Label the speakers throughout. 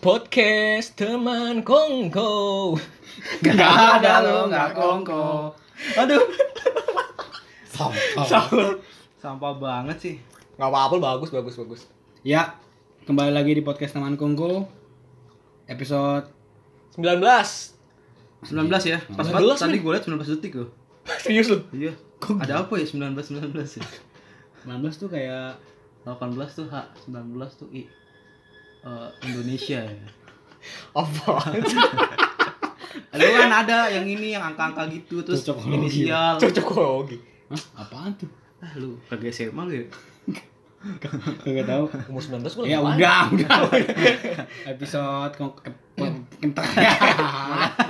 Speaker 1: Podcast teman kongko.
Speaker 2: Gak ada lo, gak kongko.
Speaker 1: Aduh,
Speaker 2: Sampah.
Speaker 1: sahur.
Speaker 2: Sampah banget sih.
Speaker 1: Gak apa-apa, bagus, bagus, bagus.
Speaker 2: Ya, kembali lagi di podcast teman kongko. Episode
Speaker 1: 19.
Speaker 3: 19 ya. Pas
Speaker 1: 19,
Speaker 3: banget tadi
Speaker 1: men.
Speaker 3: gue liat 19 detik loh.
Speaker 1: Serius lu?
Speaker 3: Iya. Ada apa ya 19 19 ya?
Speaker 2: 19 tuh kayak
Speaker 3: 18 tuh H, 19 tuh I. Eh, Indonesia ya.
Speaker 1: Apa?
Speaker 3: Ada kan ada yang ini yang angka-angka gitu terus
Speaker 2: Cocokologi.
Speaker 3: inisial.
Speaker 1: Cocokologi.
Speaker 2: Hah? apaan tuh?
Speaker 3: Ah lu kagak SMA lu ya?
Speaker 2: Gak tau.
Speaker 1: Umur 19 gue
Speaker 2: Ya udah, udah. Episode kong eh, po- kentak.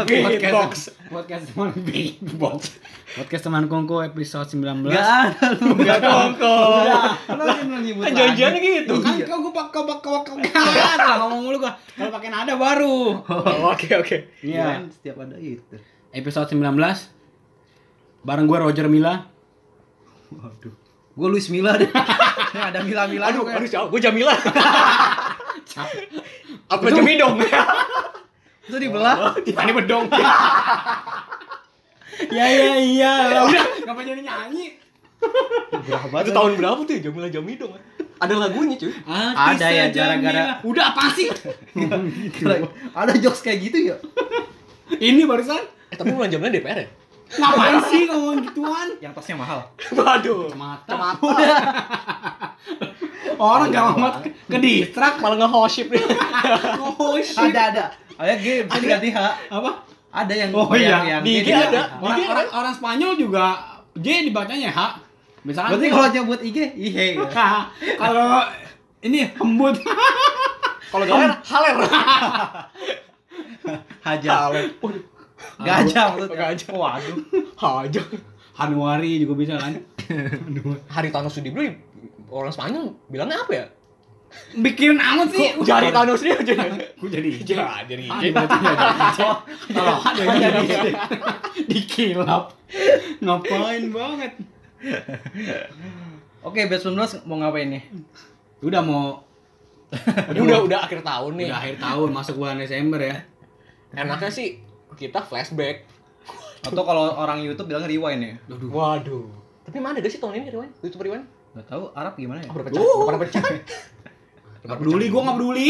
Speaker 1: Beatbox.
Speaker 2: podcast teman beatbox. Podcast teman kongko episode 19.
Speaker 3: Enggak ada lu.
Speaker 1: Gak kongko.
Speaker 3: Kenapa lu nyebut?
Speaker 1: Kan
Speaker 3: Iya.
Speaker 1: janjiannya gitu.
Speaker 2: Kan kau gue pak kau pak kau kau salah ngomong mulu gua. Kalau pakai nada baru.
Speaker 1: Oh, Oke, oke.
Speaker 3: Iya.
Speaker 2: Iya.
Speaker 3: Setiap ada itu.
Speaker 2: Episode 19 bareng gue Roger Mila.
Speaker 3: Waduh. Gue Luis Mila deh. Ini ada Mila-Mila.
Speaker 1: Aduh,
Speaker 3: pokoknya.
Speaker 1: aduh, jauh. Gue Jamila. Apa Jamidong?
Speaker 3: Itu
Speaker 1: Oh,
Speaker 3: dibelah.
Speaker 2: Ini bedong. ya ya iya. Udah, ngapa jadi nyanyi?
Speaker 1: Itu tahun berapa tuh ya, Jamila Jamidong? Ada lagunya cuy.
Speaker 2: Artis
Speaker 3: Ada ya,
Speaker 2: sejamila.
Speaker 3: gara-gara-
Speaker 2: Udah apa sih?
Speaker 3: Gitu. Ada jokes kayak gitu ya?
Speaker 2: Ini barusan
Speaker 1: Eh, tapi bulan Jamila DPR ya?
Speaker 2: ngapain sih ngomong gituan?
Speaker 3: Yang tasnya mahal.
Speaker 1: Waduh.
Speaker 2: Mata. Orang gampang ke, ke distrak.
Speaker 1: Malah nge-hoship nih.
Speaker 2: Oh shit.
Speaker 3: Ada ada. Ada game bisa diganti H.
Speaker 2: Apa?
Speaker 3: Ada yang
Speaker 2: Oh
Speaker 3: yang,
Speaker 2: iya,
Speaker 3: gitu. yang
Speaker 1: di IG
Speaker 3: dia
Speaker 1: ada.
Speaker 3: H.
Speaker 2: Orang,
Speaker 1: Jadi-
Speaker 2: orang, orang Spanyol juga J dibacanya H. Misalkan
Speaker 3: Berarti kalau nyebut IG, ihe. ya.
Speaker 2: kalau ini hembut.
Speaker 1: Kalau galer, haler.
Speaker 3: Hajar.
Speaker 1: Haler. Waduh.
Speaker 3: Gajah maksudnya.
Speaker 1: Gajah.
Speaker 3: Iya. Waduh.
Speaker 1: Hajar.
Speaker 2: Hanuari juga bisa kan?
Speaker 1: Haritano Sudibyo orang Spanyol bilangnya apa ya?
Speaker 2: Bikin amat sih.
Speaker 1: Kok jari Thanos dia aja.
Speaker 2: Gue jadi hijau.
Speaker 1: Jadi jadi.
Speaker 2: Ah, dibacanya ada hijau. Kalau ada jadi hijau. dikilap. Ngapain banget.
Speaker 3: Oke, batch 19 mau ngapain nih?
Speaker 2: Udah mau
Speaker 1: Ini udah udah akhir tahun nih.
Speaker 2: udah akhir tahun masuk bulan Desember ya.
Speaker 1: Enaknya sih kita flashback.
Speaker 3: Atau kalau orang YouTube bilang rewind ya?
Speaker 2: Aduh.
Speaker 1: Waduh. Tapi mana ada sih tahun ini Riwan? YouTuber Riwan?
Speaker 3: Gak tahu Arab gimana ya?
Speaker 1: Oh, udah pecah. Udah pada pecah.
Speaker 2: Gak peduli, gue gak peduli.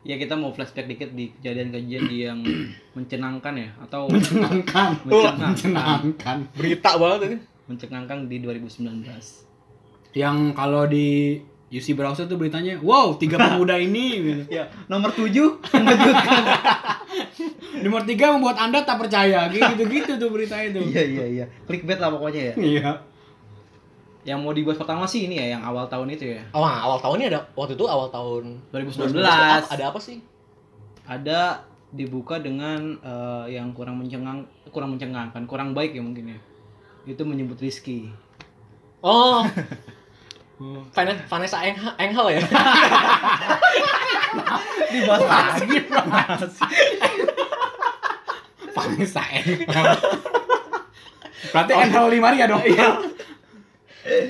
Speaker 3: Ya kita mau flashback dikit di kejadian-kejadian yang mencenangkan ya atau
Speaker 2: Menyenangkan.
Speaker 3: mencenangkan
Speaker 2: Menyenangkan.
Speaker 1: Berita banget ini.
Speaker 3: mencenangkan di 2019.
Speaker 2: Yang kalau di UC browser tuh beritanya, wow, tiga pemuda ini.
Speaker 1: Iya.
Speaker 3: Ya, nomor 7 mengejutkan.
Speaker 2: Nomor tiga membuat anda tak percaya. Kayak gitu-gitu tuh berita itu.
Speaker 3: Iya, iya, iya. Clickbait lah pokoknya ya.
Speaker 2: Iya.
Speaker 3: Yang mau dibahas pertama sih ini ya, yang awal tahun itu ya.
Speaker 1: Awal Oh, nah, awal tahun ini ada waktu itu awal tahun
Speaker 3: 2019.
Speaker 1: Apa- Ada apa sih?
Speaker 3: ada dibuka dengan eh, yang kurang mencengang kurang mencengangkan kurang baik ya mungkin ya itu menyebut Rizky
Speaker 1: Oh,
Speaker 2: Oh.
Speaker 1: Hmm, Vanessa Vanessa Engha- Enghel ya.
Speaker 3: dibahas lagi
Speaker 2: Vanessa Engel. Berarti Engel lima ya dong. Iya.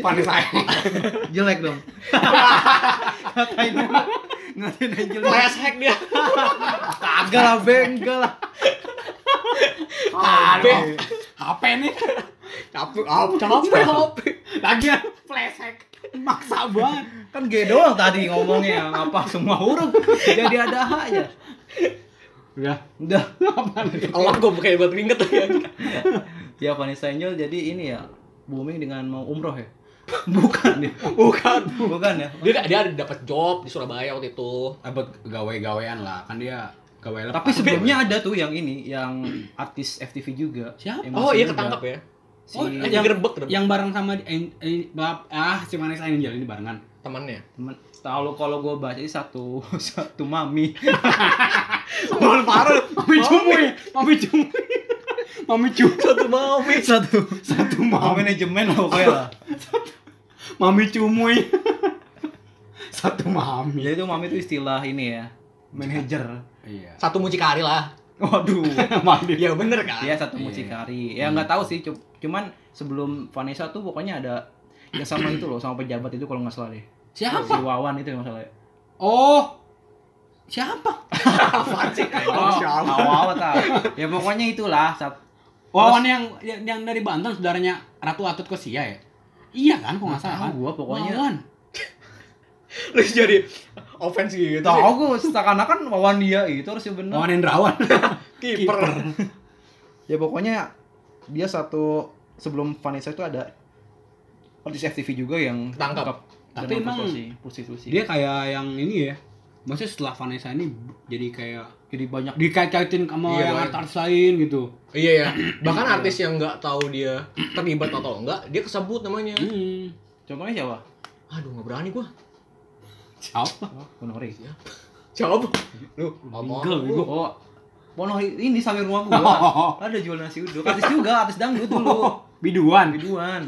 Speaker 2: Vanessa Engel.
Speaker 3: jelek dong ngatain ngatain yang jelek
Speaker 1: Flash hack dia.
Speaker 3: kagak lah be enggak lah
Speaker 2: HP. HP nih.
Speaker 1: Capek, capek, capek.
Speaker 2: Lagian flash hack. Maksa banget.
Speaker 3: kan G doang tadi ngomongnya apa semua huruf jadi ada H ya
Speaker 2: Udah.
Speaker 3: udah
Speaker 1: Allah gue kayak buat ringet ya.
Speaker 3: ya Vanessa Angel jadi ini ya booming dengan mau umroh ya bukan ya
Speaker 1: Bukan.
Speaker 3: bukan ya
Speaker 1: Dia dia ada dapat job di Surabaya waktu itu.
Speaker 2: Abot gawe-gawean lah. Kan dia gawe lepas.
Speaker 3: tapi sebelumnya ada tuh yang ini yang artis FTV juga
Speaker 2: Siapa?
Speaker 3: Yang
Speaker 1: Oh
Speaker 3: masih
Speaker 1: iya
Speaker 3: muda.
Speaker 1: ketangkap ya.
Speaker 3: si
Speaker 2: Oh,
Speaker 1: Yang
Speaker 2: Yang-
Speaker 1: digerebek dong
Speaker 2: yang bareng sama di- en- en- bab- ah si Vanessa Angel ini barengan
Speaker 1: temannya.
Speaker 3: temen kalau kalau gue baca ini satu satu mami
Speaker 1: Bol Farul,
Speaker 2: Mami Cumuy Mami Cumuy Mami Cumuy
Speaker 1: satu mami.
Speaker 3: satu
Speaker 2: satu
Speaker 3: mau
Speaker 2: Mami
Speaker 3: manajemen lah pokoknya lah
Speaker 2: Mami Cumuy satu Mami
Speaker 3: jadi itu mami itu istilah ini ya manajer
Speaker 2: iya
Speaker 1: Satu mucikari lah.
Speaker 3: waduh
Speaker 2: Mami
Speaker 1: Iya bener kan?
Speaker 3: dia satu mucikari ya nggak tahu sih cu- cuman sebelum Vanessa tuh pokoknya ada ya yang sama itu loh sama pejabat itu kalau nggak salah deh si
Speaker 2: siapa
Speaker 3: Wawan itu yang salah
Speaker 2: oh Siapa?
Speaker 3: Oh, awal tahu. Ya pokoknya itulah. Sat-
Speaker 2: Wawan Oh, yang yang dari Banten saudaranya Ratu Atut Kosia ya? Iya kan, kok nggak salah
Speaker 3: Tahu
Speaker 2: kan?
Speaker 3: gua pokoknya.
Speaker 2: Wawan.
Speaker 1: Lu jadi offense gitu.
Speaker 3: Tahu
Speaker 1: sih.
Speaker 3: gue seakan-akan wawan dia itu harusnya bener.
Speaker 2: Wawan Hendrawan.
Speaker 1: Kiper.
Speaker 3: Ya pokoknya dia satu sebelum Vanessa itu ada artis FTV juga yang
Speaker 1: Ketangkap.
Speaker 3: tangkap.
Speaker 2: Tapi emang
Speaker 3: prostitusi.
Speaker 2: Dia kayak yang ini ya. Maksudnya setelah Vanessa ini jadi kayak
Speaker 3: jadi banyak
Speaker 2: dikait-kaitin sama
Speaker 1: Iya,
Speaker 2: yang
Speaker 1: banyak.
Speaker 2: artis lain gitu.
Speaker 1: Iya ya. Bahkan artis yang nggak tahu dia terlibat atau enggak, dia kesebut namanya.
Speaker 2: Hmm.
Speaker 3: contohnya siapa?
Speaker 1: Aduh, nggak berani gua.
Speaker 2: Siapa?
Speaker 3: Oh, Ponori.
Speaker 1: Jawab. Lu ngomong.
Speaker 2: Bingung, bingung.
Speaker 3: Oh, Ponori ini samping rumah gua. Ada jual nasi uduk. Artis juga, artis dangdut dulu.
Speaker 2: Biduan.
Speaker 3: Biduan.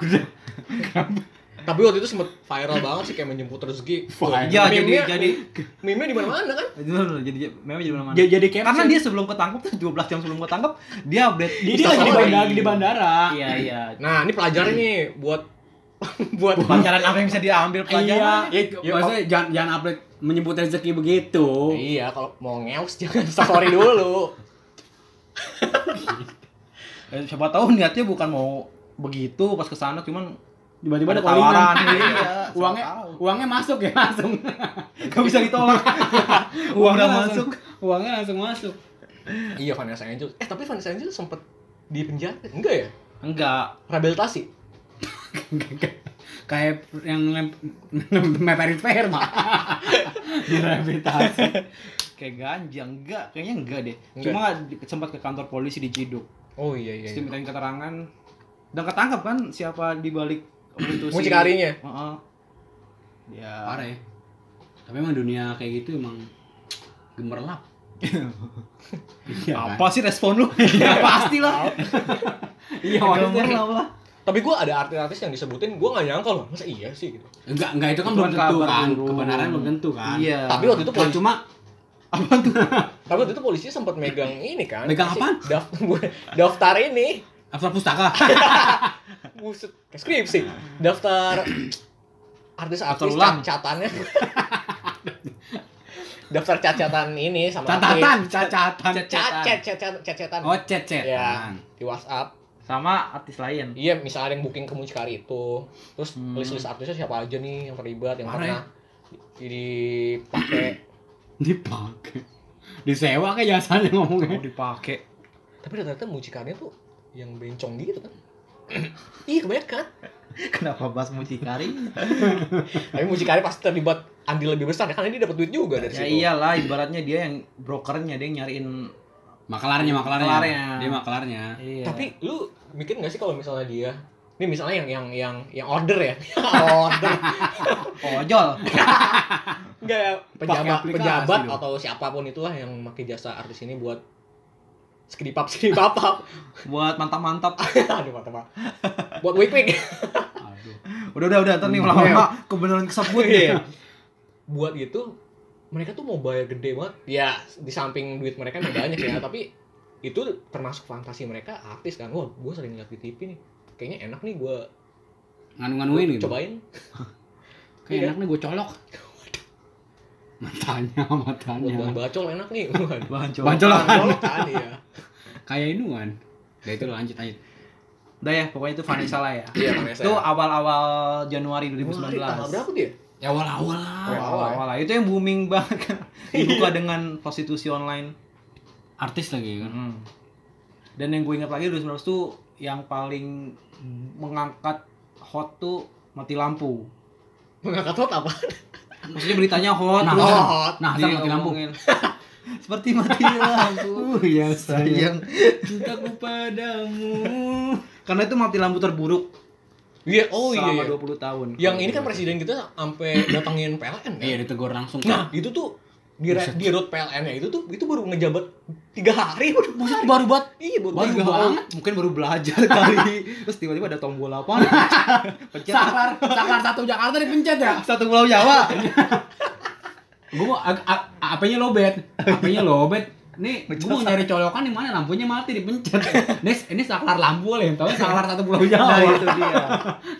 Speaker 2: Oh,
Speaker 1: Tapi waktu itu sempet viral banget sih kayak menjemput rezeki.
Speaker 2: Viral.
Speaker 3: Ya, jadi-
Speaker 1: Meme-nya-
Speaker 3: jadi-
Speaker 1: meme-nya di mana-mana kan?
Speaker 3: Itu loh, jadi memang jadi mana-mana.
Speaker 2: Jadi jadi caption.
Speaker 3: Karena dia sebelum ketangkep tuh 12 jam sebelum ketangkep, dia update
Speaker 2: dia, dia lagi di
Speaker 1: Story.
Speaker 2: bandara, di bandara.
Speaker 3: Iya, iya.
Speaker 1: Nah, ini pelajaran nih buat buat
Speaker 3: Pelajaran apa yang bisa diambil pelajaran?
Speaker 2: Iya,
Speaker 1: Ya,
Speaker 2: maksudnya jangan jangan update menyebut rezeki begitu.
Speaker 1: Iya, kalau mau ngeus jangan story dulu.
Speaker 2: Iya.
Speaker 3: Eh, siapa tahu niatnya bukan mau begitu pas kesana cuman
Speaker 2: Tiba-tiba ada
Speaker 3: Ada tawaran,
Speaker 2: tawaran.
Speaker 3: iya,
Speaker 2: uangnya
Speaker 3: siapa tahu.
Speaker 2: uangnya masuk ya langsung.
Speaker 3: gak bisa ditolak. Uang
Speaker 2: uangnya
Speaker 3: udah
Speaker 2: masuk.
Speaker 3: masuk.
Speaker 2: Uangnya langsung masuk.
Speaker 1: iya, Vanessa Angel. Eh, tapi Vanessa Angel sempet di penjara. Enggak ya?
Speaker 3: Enggak.
Speaker 1: Rehabilitasi.
Speaker 2: Kayak yang lem- meperit sperma. Direhabilitasi.
Speaker 3: Kayak ganja, enggak, kayaknya enggak deh.
Speaker 1: Enggak.
Speaker 3: Cuma di- sempat ke kantor polisi di Ciduk.
Speaker 1: Oh iya iya.
Speaker 3: Terus
Speaker 1: iya.
Speaker 3: dimintain keterangan dan ketangkep kan siapa di balik itu
Speaker 1: Mucikarinya.
Speaker 3: Heeh. Ya.
Speaker 2: Parah ya. Tapi emang dunia kayak gitu emang gemerlap. Iya kan?
Speaker 3: Apa sih respon lu? ya pastilah.
Speaker 2: Iya,
Speaker 3: Gambar
Speaker 2: maksudnya-
Speaker 3: lah apa?
Speaker 1: Tapi gue ada artis-artis yang disebutin, gue gak nyangka loh, masa iya sih gitu.
Speaker 2: Enggak, enggak itu kan
Speaker 3: Itu
Speaker 2: belum
Speaker 3: kan
Speaker 2: tentu
Speaker 3: kabar
Speaker 2: kan.
Speaker 3: burung.
Speaker 2: Kebenaran belum tentu kan.
Speaker 3: Iya.
Speaker 1: Tapi waktu itu
Speaker 2: Nah,
Speaker 1: polisi,
Speaker 2: cuma
Speaker 3: apa tuh?
Speaker 1: tapi waktu itu polisi sempat megang ini kan.
Speaker 2: Megang
Speaker 1: Si-
Speaker 2: apaan?
Speaker 1: daf- daftar ini,
Speaker 2: Apa pustaka?
Speaker 1: buset, kayak skripsi. Daftar artis-artis
Speaker 3: ulang.
Speaker 1: cacatannya. daftar cacatan ini sama
Speaker 2: Catatan, catatan.
Speaker 1: Cacet, cacatan, cacatan.
Speaker 2: Oh,
Speaker 3: Iya.
Speaker 2: cecetan.
Speaker 1: Ya, di WhatsApp.
Speaker 3: Sama artis lain.
Speaker 1: Iya, misalnya ada yang booking ke Mucikari itu. Terus
Speaker 3: Hmm.
Speaker 1: list-list artisnya siapa aja nih yang terlibat, yang
Speaker 2: Parah ya.
Speaker 1: pernah di- dipakai.
Speaker 2: Dipakai. Disewa kayak jasanya
Speaker 3: Mau
Speaker 2: ngomongnya.
Speaker 3: dipakai.
Speaker 1: Tapi ternyata mucikannya tuh yang bencong gitu kan. Iya kebanyakan.
Speaker 3: Kenapa bahas mucikari?
Speaker 1: Tapi mucikannya pasti terlibat andil lebih besar ya, karena dia dapat duit juga dari
Speaker 3: ya
Speaker 1: situ.
Speaker 3: iyalah, ibaratnya dia yang brokernya, dia yang nyariin.
Speaker 1: Iya.
Speaker 2: Makelarnya, makelarnya.
Speaker 3: Makelarnya.
Speaker 2: Dia makelarnya.
Speaker 3: Iya.
Speaker 1: Tapi lu mikir nggak sih kalau misalnya dia ini misalnya yang yang yang yang order ya. order.
Speaker 3: ojol.
Speaker 1: Enggak ya,
Speaker 2: Pakai
Speaker 1: pejabat
Speaker 2: aplikasi
Speaker 1: pejabat
Speaker 2: dong.
Speaker 1: atau siapapun itulah yang pakai jasa artis ini buat skripap skripap.
Speaker 3: Buat mantap-mantap.
Speaker 1: Aduh, mata Buat wik wik.
Speaker 2: Aduh.
Speaker 3: Udah udah udah, ntar nih lama-lama kebenaran kesebut deh.
Speaker 1: Hmm. Iya. buat itu mereka tuh mau bayar gede banget ya di samping duit mereka emang banyak ya tapi itu termasuk fantasi mereka artis kan wah gue sering lihat di TV nih kayaknya enak nih gue
Speaker 2: Nganu-nganuin gitu.
Speaker 1: cobain
Speaker 2: Kayak
Speaker 1: Iya.
Speaker 2: enak nih gue colok. Matanya,
Speaker 1: buat bahan
Speaker 2: matanya.
Speaker 1: bacol enak nih Waduh.
Speaker 3: Bahan coba.
Speaker 2: Bancolokan.
Speaker 1: Bacol kan ya
Speaker 2: Kayak inuan. Ya itu lanjut lanjut.
Speaker 3: Udah ya, pokoknya itu Vanessa lah ya.
Speaker 1: iya Vanessa
Speaker 3: Itu awal-awal Januari
Speaker 1: Wah,
Speaker 3: 2019.
Speaker 1: ini tanggal berapa dia
Speaker 2: Ya awal-awal lah.
Speaker 3: Awal-awal lah. Itu yang booming banget kan.
Speaker 1: Iya.
Speaker 3: Dibuka dengan prostitusi online.
Speaker 2: Artis lagi kan.
Speaker 1: Hmm.
Speaker 3: Mm. Dan yang gue ingat lagi 2019 tuh yang paling mengangkat hot tuh mati lampu.
Speaker 1: mengangkat hot apa
Speaker 3: Maksudnya beritanya hot.
Speaker 2: Nah,
Speaker 3: terus
Speaker 1: hot.
Speaker 2: Nah, asal mati lampu.
Speaker 3: diomongin. Seperti mati lampu.
Speaker 2: Uh, ya sayang.
Speaker 3: Sayang.
Speaker 2: Cintaku padamu.
Speaker 3: Karena itu mati lampu terburuk
Speaker 1: iya oh iya,
Speaker 3: selama
Speaker 1: iya
Speaker 3: 20 tahun.
Speaker 1: yang ini kan presiden kita sampai datangin PLN kan?
Speaker 2: Iya ditegur langsung.
Speaker 1: nah itu tuh di, di road PLN ya itu tuh itu baru ngejabat tiga hari baru
Speaker 2: baru buat
Speaker 1: iya baru
Speaker 2: Baru
Speaker 1: tiga
Speaker 3: Nggak,
Speaker 2: banget.
Speaker 3: mungkin baru belajar kali. Terus tiba-tiba ada tombol apa? Pencet
Speaker 2: saklar saklar satu Jakarta dipencet ya.
Speaker 3: satu pulau Jawa.
Speaker 2: Gua mau ag- ag- apanya lobet? Apanya lobet? Nih, gue mau nyari colokan di mana lampunya mati dipencet. Ini ini saklar lampu lah yang tahu saklar satu pulau
Speaker 3: Nah
Speaker 2: Jawa.
Speaker 3: itu dia.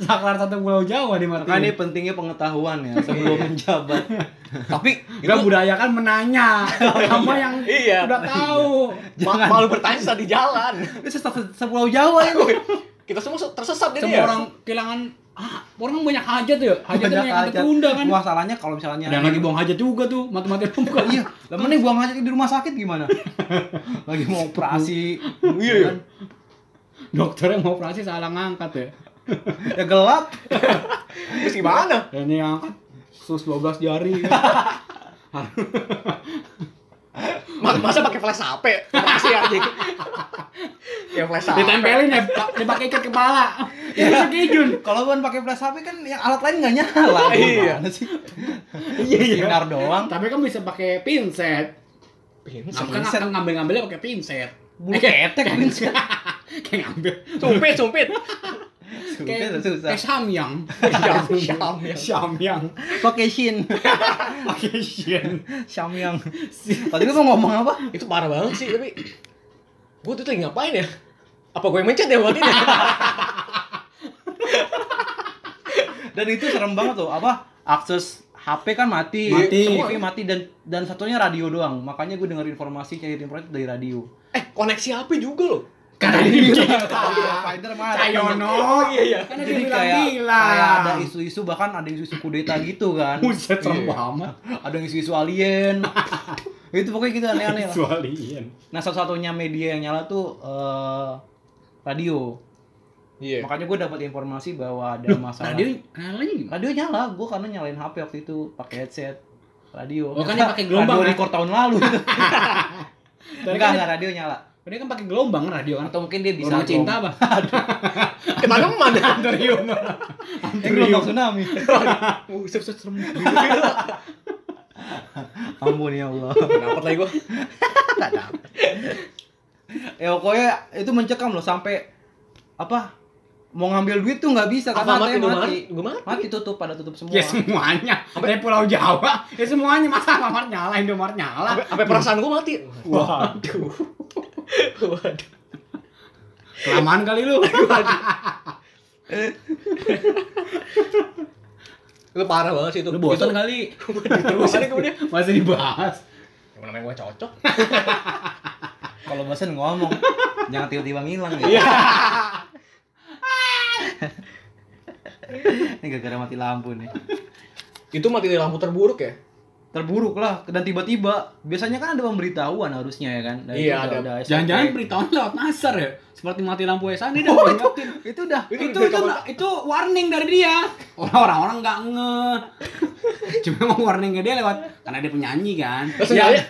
Speaker 2: saklar satu pulau Jawa
Speaker 3: Makanya
Speaker 2: dimatiin.
Speaker 3: pentingnya pengetahuan ya sebelum menjabat.
Speaker 1: Tapi
Speaker 2: Kita budaya kan menanya sama yang
Speaker 1: Iya.
Speaker 2: udah tahu.
Speaker 1: ma- malu bertanya saat di jalan.
Speaker 2: Ini sesat sepulau Jawa ya.
Speaker 1: Kita semua tersesat jadi
Speaker 2: Semua
Speaker 1: ya.
Speaker 2: orang kehilangan ah, orang banyak hajat ya. Hajatnya banyak yang
Speaker 3: hajat.
Speaker 2: tertunda kan.
Speaker 3: Masalahnya kalau misalnya
Speaker 2: Ada yang lagi buang hajat juga tuh, mati-matian bukan.
Speaker 3: Iya, lah mending buang hajat di rumah sakit gimana? Lagi mau operasi.
Speaker 1: Iya, iya.
Speaker 3: kan?
Speaker 2: Dokternya mau operasi salah ngangkat ya.
Speaker 3: Ya gelap.
Speaker 1: Terus gimana?
Speaker 2: Dan yang angkat sus 12 jari.
Speaker 1: Ma- Masa pakai flash HP? Makasih ya anjing. ya flash HP.
Speaker 2: Ditempelin ya, pa- dipakai ikat kepala. Itu
Speaker 3: Iya,
Speaker 2: sekijun.
Speaker 3: Kalau bukan pakai flash HP kan yang alat lain nggak nyala.
Speaker 1: Iya.
Speaker 3: Gimana sih? Iya, iya. Sinar doang.
Speaker 2: Tapi kan bisa pakai pinset.
Speaker 1: Pinset.
Speaker 2: Kamu kan
Speaker 3: pinset.
Speaker 2: akan ngambil-ngambilnya pakai pinset.
Speaker 3: Bulu ketek pinset.
Speaker 2: Kayak ngambil.
Speaker 1: Sumpit, sumpit.
Speaker 3: Susah,
Speaker 2: Kayak
Speaker 3: susah.
Speaker 2: kayak samyang.
Speaker 1: Syam, syam, ya.
Speaker 2: Samyang.
Speaker 3: Pakai shin.
Speaker 2: Pakai shin.
Speaker 3: Samyang. Tadi lu mau ngomong apa?
Speaker 1: Itu parah banget sih, tapi gue tuh lagi ngapain ya? Apa gue yang mencet ya buat ini?
Speaker 3: Dan itu serem banget tuh. Apa? Akses HP kan mati,
Speaker 2: Mati.
Speaker 3: TV mati dan dan satunya radio doang. Makanya gue dengar informasi cari informasi dari radio.
Speaker 1: eh, koneksi HP juga loh.
Speaker 2: Karena ini Ah,
Speaker 3: Spider
Speaker 2: Cayono.
Speaker 1: iya, iya.
Speaker 2: Karena dia
Speaker 3: Jadi kayak,
Speaker 2: bilang-bilang.
Speaker 3: kayak ada isu-isu bahkan ada isu-isu kudeta gitu kan.
Speaker 2: Buset, serem
Speaker 1: Iya.
Speaker 2: banget.
Speaker 3: Ada yang isu-isu alien. itu pokoknya gitu aneh-aneh lah.
Speaker 2: Visualin.
Speaker 3: Nah satu-satunya media yang nyala tuh eh, radio.
Speaker 1: Iya.
Speaker 3: Makanya gue dapat informasi bahwa ada masalah.
Speaker 2: Radio nyalain gimana?
Speaker 3: Radio nyala, gue karena nyalain HP waktu itu pakai headset radio.
Speaker 2: Oh, kan dia pakai gelombang,
Speaker 3: Radio
Speaker 2: kan?
Speaker 3: record tahun lalu. enggak,
Speaker 2: kan-
Speaker 3: enggak radio nyala.
Speaker 2: Dia kan pakai gelombang radio kan.
Speaker 3: Atau mungkin dia bisa
Speaker 2: Gelombang cinta apa?
Speaker 1: Kemana mana?
Speaker 2: Antorium.
Speaker 3: Eh, gelombang tsunami.
Speaker 1: Uh, sep, sep, serem.
Speaker 3: Ampun ya Allah.
Speaker 1: Dapat lagi gue.
Speaker 3: ya pokoknya itu mencekam loh sampai apa mau ngambil duit tuh nggak bisa karena
Speaker 1: Alfamart
Speaker 3: mati,
Speaker 1: gue
Speaker 3: mati
Speaker 1: mati. Gue mati.
Speaker 3: mati tutup pada tutup semua
Speaker 2: Ya semuanya. Dari Pulau Jawa, ya semuanya masa Alfamart nyala, Indomaret nyala.
Speaker 1: Apa apa perasaan gue mati? Waduh. Waduh.
Speaker 2: Kelamaan kali lu.
Speaker 1: Lu parah banget sih itu.
Speaker 2: Lu bosan
Speaker 1: Itu-
Speaker 2: kali.
Speaker 1: Bosan kemudian.
Speaker 2: Masih dibahas.
Speaker 1: Yang namanya gue cocok.
Speaker 3: kalau bosen ngomong jangan tiba-tiba ngilang ya
Speaker 1: Iya.
Speaker 3: ini gara-gara mati lampu nih
Speaker 1: Itu mati dari lampu terburuk ya?
Speaker 3: terburuk lah dan tiba-tiba biasanya kan ada pemberitahuan harusnya ya kan Dan itu
Speaker 1: Iya,
Speaker 3: udah-
Speaker 1: ada.
Speaker 3: udah SOP.
Speaker 2: Jangan-jangan beritahuan lewat nasar ya. Seperti mati lampu Esa ini dah
Speaker 3: Oh, itu
Speaker 2: diingetin.
Speaker 3: itu udah
Speaker 2: itu
Speaker 1: Itu
Speaker 2: itu itu,
Speaker 1: berita-
Speaker 2: warning dari dia orang-orang nggak nge cuma mau warningnya dia lewat karena dia penyanyi kan
Speaker 1: Nah, seenggaknya,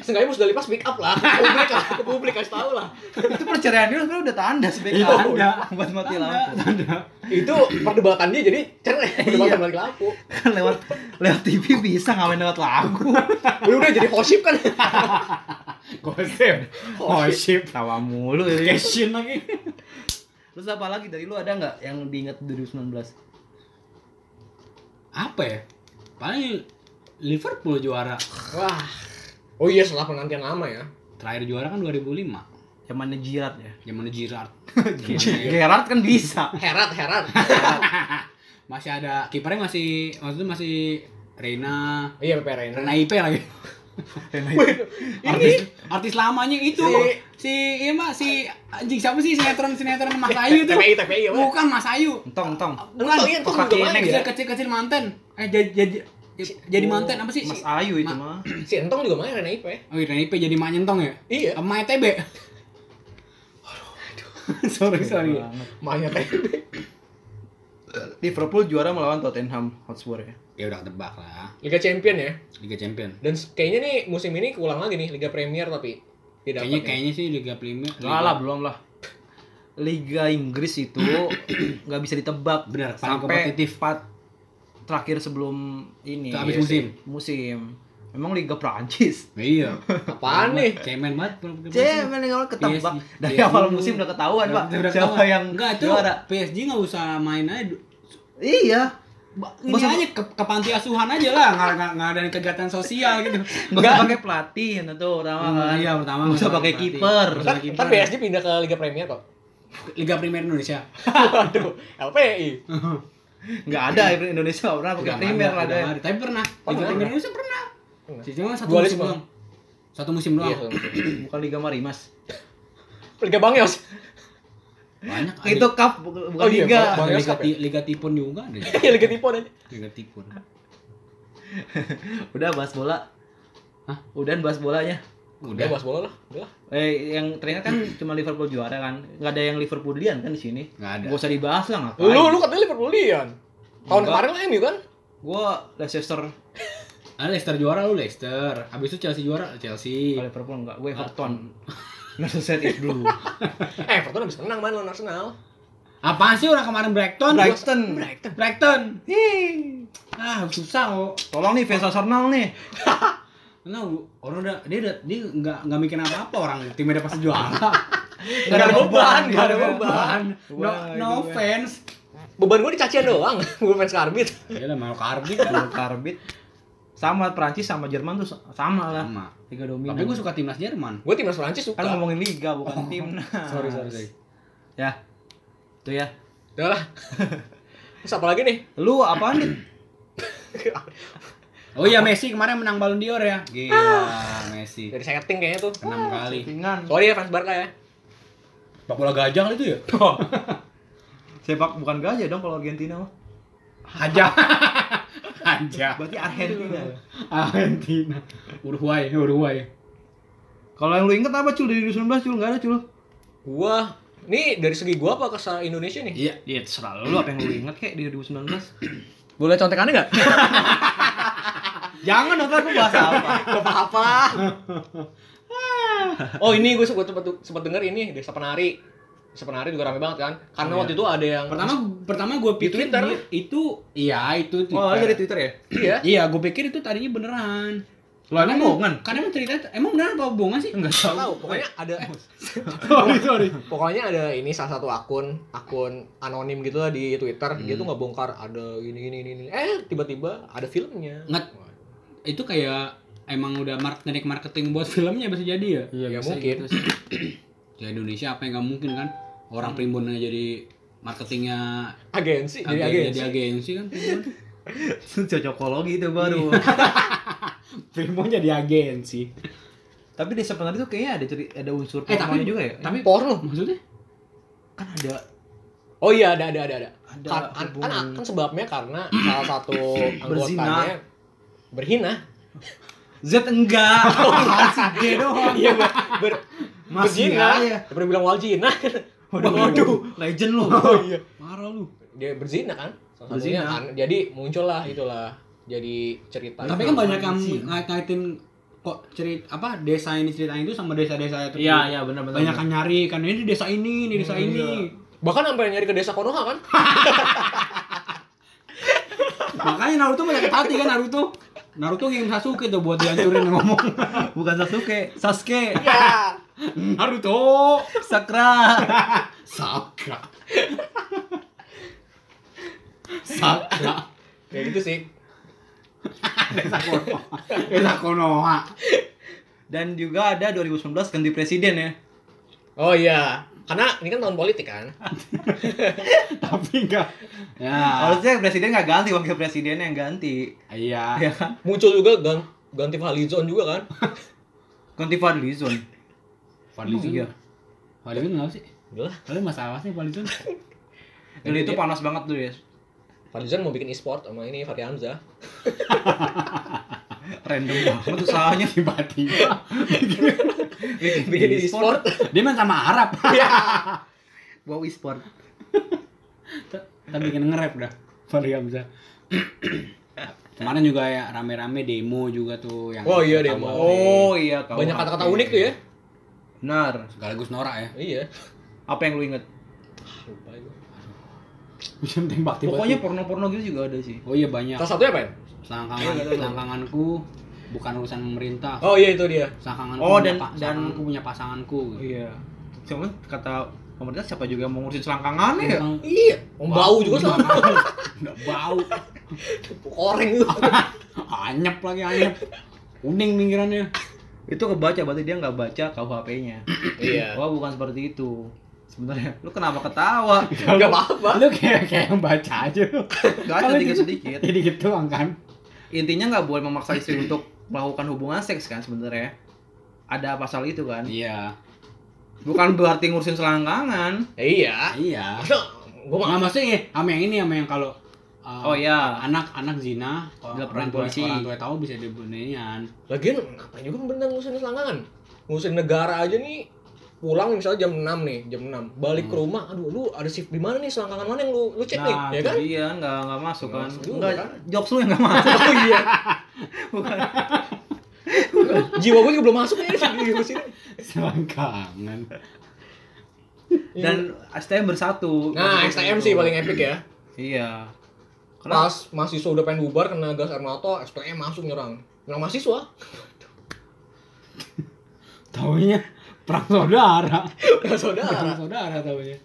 Speaker 1: seenggaknya Musdalifah speak up lah, ke publik lah, ke publik kasih tahu lah.
Speaker 3: itu perceraian dia sebenarnya udah tanda
Speaker 2: Iya,
Speaker 3: sebenarnya
Speaker 2: tanda.
Speaker 3: buat mati
Speaker 2: Tanda,
Speaker 3: lampu
Speaker 2: tanda.
Speaker 1: Itu perdebatan dia jadi cerai, perdebatan balik lampu.
Speaker 3: kan lewat lewat TV bisa ngamen lewat lagu
Speaker 1: Udah udah jadi hosip kan.
Speaker 2: gosip gosip
Speaker 3: tawa mulu ya.
Speaker 2: Cashin lagi
Speaker 3: terus apa lagi dari lu ada nggak yang diingat 2019
Speaker 2: apa ya paling Liverpool juara
Speaker 1: Wah. Oh iya setelah penantian lama ya.
Speaker 2: terakhir juara kan 2005
Speaker 3: zamannya Jirat ya
Speaker 2: zaman Gerrard Zamannya-
Speaker 3: Gerard kan bisa
Speaker 1: Herat, herat.
Speaker 2: masih ada kipernya masih maksudnya masih Reina
Speaker 1: Iya PP Reina.
Speaker 2: Reina IP lagi
Speaker 1: Ini
Speaker 2: artis, artis lamanya itu
Speaker 1: Si-
Speaker 2: si iya mah si anjing siapa sih sinetron sinetron Mas Ayu tuh
Speaker 1: TPI, TPI ya.
Speaker 2: bukan Mas Ayu
Speaker 3: entong entong
Speaker 1: Bukan,
Speaker 2: bukan
Speaker 1: itu
Speaker 3: kaki
Speaker 1: juga main
Speaker 3: nenek
Speaker 1: ya.
Speaker 2: kecil kecil kecil mantan eh jadi jadi jadi mantan apa sih
Speaker 3: Mas
Speaker 2: si-
Speaker 3: Ayu itu
Speaker 2: Ma-
Speaker 3: mah
Speaker 1: Si Entong juga main Reina IP.
Speaker 2: oh iya Reina IP jadi mak nyentong ya
Speaker 1: Iya.
Speaker 2: emak ETB sorry sorry
Speaker 1: Mainnya TPI.
Speaker 3: Liverpool juara melawan Tottenham Hotspur ya
Speaker 2: ya udah ketebak lah
Speaker 1: Liga Champion ya.
Speaker 2: Liga Champion
Speaker 1: Dan s- kayaknya nih musim ini keulang lagi nih Liga Premier tapi tidak ya.
Speaker 2: kayaknya kayaknya sih Liga Premier
Speaker 3: lah lah belum lah Liga Inggris itu nggak bisa ditebak
Speaker 2: Benar, paling
Speaker 3: sampai
Speaker 2: kompetitif.
Speaker 3: empat terakhir sebelum ini Iya
Speaker 2: Habis musim.
Speaker 3: sih, musim memang Liga Prancis
Speaker 2: iya
Speaker 1: apaan nih?
Speaker 2: cemen banget Liga Premier.
Speaker 3: Cemen yang ketebak
Speaker 2: Iya sih.
Speaker 3: dari
Speaker 2: Iya,
Speaker 3: awal
Speaker 2: dulu.
Speaker 3: musim udah ketahuan pak
Speaker 2: Udah
Speaker 3: siapa
Speaker 2: ketahuan.
Speaker 3: yang
Speaker 2: enggak itu
Speaker 3: juara
Speaker 2: PSG nggak usah main aja
Speaker 3: iya
Speaker 2: Ba- Ini
Speaker 3: Masa-
Speaker 2: aja ke, ke panti asuhan aja lah, nggak nggak nggak ada kegiatan sosial gitu.
Speaker 3: Nggak usah pakai pelatih yang itu pertama
Speaker 2: Hmm,
Speaker 3: kan.
Speaker 2: Iya pertama.
Speaker 3: Nggak usah
Speaker 2: pertama
Speaker 3: pakai
Speaker 2: pelatih.
Speaker 3: kiper.
Speaker 2: Nggak usah
Speaker 1: Ntar,
Speaker 2: pakai
Speaker 1: ntar
Speaker 2: kiper.
Speaker 1: PSG pindah ke Liga Premier kok.
Speaker 2: Liga Primer Indonesia.
Speaker 1: Waduh, LPI.
Speaker 3: Nggak ada Indonesia nggak pernah pakai
Speaker 2: Udah
Speaker 3: primer
Speaker 2: nggak
Speaker 3: lah
Speaker 2: ada,
Speaker 3: deh.
Speaker 2: nggak ada. Tapi pernah. Liga
Speaker 1: Pernah.
Speaker 2: Primer Indonesia pernah.
Speaker 1: Pernah.
Speaker 2: Cuma satu
Speaker 1: Dua
Speaker 2: musim
Speaker 1: list,
Speaker 2: doang. Satu musim
Speaker 1: Iya,
Speaker 2: doang.
Speaker 3: Bukan Liga Marimas.
Speaker 1: Liga Bangyos.
Speaker 2: Banyak. ada.
Speaker 3: Itu cup bu-
Speaker 1: Oh
Speaker 3: bukan
Speaker 1: iya,
Speaker 3: liga.
Speaker 1: Bang
Speaker 2: Ada
Speaker 1: Yos
Speaker 2: Liga,
Speaker 1: Cup ya?
Speaker 2: Ti- Liga Tipun juga ada.
Speaker 1: Iya, Liga Tipon aja.
Speaker 2: Liga Tipun.
Speaker 3: Udah bahas bola.
Speaker 2: Hah?
Speaker 3: Udah bahas bolanya.
Speaker 1: Udah
Speaker 2: Udah.
Speaker 1: bahas bola lah. Udah lah.
Speaker 3: Eh, yang terakhir kan cuma Liverpool juara kan. Nggak ada yang Liverpoolian kan di sini.
Speaker 2: Nggak ada.
Speaker 3: Gak usah dibahas lah ngapain.
Speaker 1: Lu lu katanya Liverpoolian. Tahun
Speaker 3: Enggak.
Speaker 1: kemarin lah MU kan?
Speaker 3: Gua Leicester,
Speaker 2: Ada Ah, Leicester juara lu Leicester. Habis itu Chelsea juara Chelsea.
Speaker 3: kalau Liverpool enggak, gue Everton.
Speaker 2: Ah.
Speaker 3: Merseyside is blue.
Speaker 1: Eh, Everton habis menang main lawan Arsenal.
Speaker 2: Apaan sih orang kemarin Brighton?
Speaker 3: Brighton.
Speaker 2: Brighton. Brighton.
Speaker 3: Hii.
Speaker 2: Ah, susah kok.
Speaker 3: Tolong nih fans Arsenal nih.
Speaker 2: Karena orang udah dia udah dia nggak nggak mikir apa-apa orang timnya udah pasti juara.
Speaker 3: Nggak ada beban,
Speaker 2: nggak
Speaker 3: nggak
Speaker 2: ada
Speaker 3: ada
Speaker 2: beban. No,
Speaker 3: Wah, itu
Speaker 2: no
Speaker 3: ya.
Speaker 2: offense.
Speaker 1: Beban gua dicacian doang. gua fans Karbit.
Speaker 2: Ya lah mau karbi
Speaker 3: Dulu karbit. Sama Prancis sama Jerman tuh sama lah.
Speaker 2: sama.
Speaker 3: Tiga dominan.
Speaker 2: Tapi gue suka timnas Jerman.
Speaker 1: Gua timnas Prancis suka.
Speaker 3: kan ngomongin liga bukan
Speaker 2: Oh,
Speaker 3: timnas.
Speaker 2: Sorry sorry. sorry.
Speaker 3: Ya. Itu ya.
Speaker 1: Udah lah. Terus apa lagi nih?
Speaker 3: Lu apaan nih?
Speaker 2: Oh iya Messi kemarin menang Ballon d'Or ya. Gila Messi.
Speaker 1: Dari setting kayaknya tuh.
Speaker 3: Ah,
Speaker 2: Enam kali.
Speaker 3: Settingan.
Speaker 1: Sorry ya fans Barca ya.
Speaker 2: Sepak bola gajah kali itu ya?
Speaker 3: Sepak bukan gajah dong kalau Argentina mah.
Speaker 2: Aja. Aja.
Speaker 3: Berarti Argentina.
Speaker 2: Argentina. Uruguay, Uruguay.
Speaker 3: Kalau yang lu inget apa cul dari 2019 cul nggak ada cul?
Speaker 1: Gua nih dari segi gua apa kesalahan Indonesia nih?
Speaker 2: Iya.
Speaker 3: Iya terserah lu apa yang lu inget kayak di 2019
Speaker 1: Boleh contekannya enggak?
Speaker 3: Jangan nonton aku bahas apa
Speaker 1: Gak apa-apa. oh ini gue sempat sempat sempat denger ini Desa Penari. Desa Penari juga rame banget kan? Karena
Speaker 3: Oh, iya.
Speaker 1: waktu itu ada yang
Speaker 2: Pertama pertama gue
Speaker 1: Di
Speaker 2: pikir
Speaker 1: Twitter.
Speaker 2: dia- itu iya itu Twitter.
Speaker 3: Oh dari Twitter ya?
Speaker 1: iya.
Speaker 2: Iya, gue pikir itu tadinya beneran.
Speaker 3: Lah ini bohongan
Speaker 2: Karena emang cerita emang beneran apa hubungan sih? Enggak
Speaker 1: Gak tahu. Pokoknya ada
Speaker 2: sorry, sorry.
Speaker 1: pokoknya ada ini salah satu akun akun anonim gitu lah di Twitter. Dia tuh ngebongkar ada ini ini ini. ini. Eh tiba-tiba ada filmnya.
Speaker 2: Nggak, itu kayak emang udah mark teknik marketing buat filmnya bisa jadi ya.
Speaker 3: Iya,
Speaker 1: Ya,
Speaker 2: bisa
Speaker 1: mungkin.
Speaker 2: gitu sih. ya Indonesia apa yang nggak mungkin kan? Orang primbonnya jadi marketingnya
Speaker 1: Agensi jadi
Speaker 2: agen-
Speaker 1: agensi.
Speaker 2: jadi agensi kan primbon.
Speaker 3: Itu Cocokologi itu baru
Speaker 2: primbon jadi agensi.
Speaker 3: Tapi di sebenarnya tuh kayaknya ada ceri ada unsur
Speaker 2: Eh tapi
Speaker 3: pornonya juga ya?
Speaker 2: Tapi
Speaker 1: Porno.
Speaker 2: maksudnya
Speaker 3: kan ada
Speaker 1: Oh iya ada ada ada ada.
Speaker 3: Ada
Speaker 1: Kan, kan, kan,
Speaker 3: hubungan.
Speaker 1: kan sebabnya karena salah satu
Speaker 3: Berzina.
Speaker 1: anggotanya berhina.
Speaker 3: Z enggak Apaan sih G doang
Speaker 1: Iya ber, ber
Speaker 3: Masih
Speaker 1: berzina.
Speaker 3: aja.
Speaker 1: Pernah bilang waljina kan.
Speaker 3: Waduh,
Speaker 1: Waduh.
Speaker 3: Legend lu
Speaker 1: Oh, iya.
Speaker 2: parah lu.
Speaker 1: Dia berzina kan. Salah satunya
Speaker 3: Berzina.
Speaker 1: kan. Jadi muncullah itulah jadi cerita.
Speaker 2: Tapi
Speaker 1: itu.
Speaker 2: kan banyak yang
Speaker 3: Agensi.
Speaker 2: ngait-ngaitin kok cerit apa desa ini ceritanya itu sama desa-desa itu.
Speaker 3: Iya iya benar benar
Speaker 2: Banyak yang nyari kan ini desa ini, ini desa
Speaker 3: Hmm,
Speaker 2: ini.
Speaker 3: iya.
Speaker 1: bahkan sampai nyari ke desa Konoha kan.
Speaker 2: Makanya Naruto banyak hati kan Naruto. Naruto ngirim Sasuke tuh buat dihancurin ngomong.
Speaker 3: Bukan Sasuke Sasuke
Speaker 1: ya.
Speaker 2: Naruto.
Speaker 3: Sakura
Speaker 2: Sakra. Sakra.
Speaker 1: Kayak gitu sih.
Speaker 2: Desa Konoha. Desa Konoha.
Speaker 3: Dan juga ada 2019 ganti presiden ya
Speaker 1: Oh iya. Karena ini kan tahun politik kan.
Speaker 2: Tapi enggak. Ya.
Speaker 3: Harusnya presiden nggak ganti Wakil presiden yang ganti
Speaker 2: Iya.
Speaker 3: Ya kan
Speaker 1: Muncul juga gan ganti Fadlizon juga kan.
Speaker 3: Ganti Fadlizon
Speaker 2: Fadlizon.
Speaker 3: Iya.
Speaker 2: Fadlizon enggak sih?
Speaker 1: Udah lah.
Speaker 2: Kalian masalah sih Fadlizon?
Speaker 3: Dan itu
Speaker 1: Iya.
Speaker 3: panas banget tuh ya
Speaker 1: Fadlizon mau bikin e-sport sama ini Fahri Hamzah.
Speaker 3: Random banget usahanya
Speaker 2: Tiba-tiba.
Speaker 3: Bikin,
Speaker 1: Bikin e-sport. Iya.
Speaker 2: Dia main sama Arab.
Speaker 3: Wow e-sport
Speaker 2: Kita bikin nge-rap dah. Fahri Hamzah. Kemarin juga ya rame-rame demo juga tuh yang
Speaker 1: Oh, iya, demo.
Speaker 3: Oh iya kau
Speaker 1: Banyak kata-kata unik tuh ya.
Speaker 3: Benar
Speaker 2: Sekaligus norak ya.
Speaker 1: Iya.
Speaker 3: Apa yang lu inget?
Speaker 1: Lupa itu.
Speaker 2: Bisa tembak tiba
Speaker 3: Pokoknya porno-porno gitu juga ada sih
Speaker 2: Oh iya banyak.
Speaker 1: Salah satunya apa? ya?
Speaker 2: Selangkangan, selangkanganku bukan urusan pemerintah.
Speaker 1: Oh iya itu dia.
Speaker 2: Selangkanganku
Speaker 3: Oh,
Speaker 2: punya
Speaker 3: dan-
Speaker 2: pa-
Speaker 3: dan-
Speaker 2: selangkanganku punya pasanganku.
Speaker 3: Iya Cuma kata
Speaker 2: Iya.
Speaker 3: pemerintah siapa juga yang mau ngurusin selangkangannya ya
Speaker 2: Emang-
Speaker 1: Iya, om bau juga sama.
Speaker 2: kan Nggak bau.
Speaker 1: Pupuk Koreng lu.
Speaker 2: anyep lagi anyep kuning pinggirannya
Speaker 3: itu kebaca berarti dia nggak baca KUHP-nya
Speaker 2: Iya.
Speaker 3: wah bukan seperti itu sebenarnya lu kenapa ketawa
Speaker 1: Enggak apa-apa.
Speaker 2: lu kayak kayak yang baca aja lu
Speaker 3: Nggak ada sedikit
Speaker 1: Iya.
Speaker 3: sedikit
Speaker 2: jadi gitu kan
Speaker 3: intinya nggak boleh memaksa istri untuk melakukan hubungan seks kan sebenarnya ada pasal itu kan
Speaker 2: iya
Speaker 3: bukan berarti ngurusin selangkangan
Speaker 1: Ya, Iya.
Speaker 2: iya
Speaker 1: Gue mah
Speaker 2: nggak maksudnya sama yang ini sama yang kalau
Speaker 1: Ah.
Speaker 3: oh
Speaker 2: uh,
Speaker 3: ya
Speaker 2: anak-anak zina kalau
Speaker 3: Nggak
Speaker 2: orang
Speaker 3: pernah
Speaker 2: tua
Speaker 3: polisi.
Speaker 2: orang tua tahu bisa dibunuhin
Speaker 1: Lagian ngapain juga bener ngurusin selangkangan? Ngurusin negara aja nih. Pulang nih, misalnya jam 6 nih, jam 6. Balik ke rumah, aduh lu ada shift di mana nih selangkangan mana yang lu lu cek nih,
Speaker 3: Hmm. nah
Speaker 1: ya
Speaker 3: itu
Speaker 1: kan?
Speaker 3: dia nggak nggak masuk
Speaker 1: Nggak
Speaker 3: kan
Speaker 1: masuk juga,
Speaker 3: nggak
Speaker 1: kan?
Speaker 3: jokes lu yang nggak masuk
Speaker 1: Oh iya,
Speaker 3: bukan
Speaker 1: jiwa gue juga belum masuk nih di sini.
Speaker 2: selangkangan
Speaker 3: dan STM bersatu
Speaker 1: Iya. nah,
Speaker 3: Maksudnya
Speaker 1: STM
Speaker 3: itu.
Speaker 1: sih paling epic ya.
Speaker 3: iya
Speaker 1: Pas mahasiswa udah pengen bubar kena gas air mata, STM masuk nyerang. Nyerang mahasiswa.
Speaker 2: taunya perang saudara
Speaker 1: Ya
Speaker 2: perang
Speaker 1: saudara.
Speaker 2: saudara taunya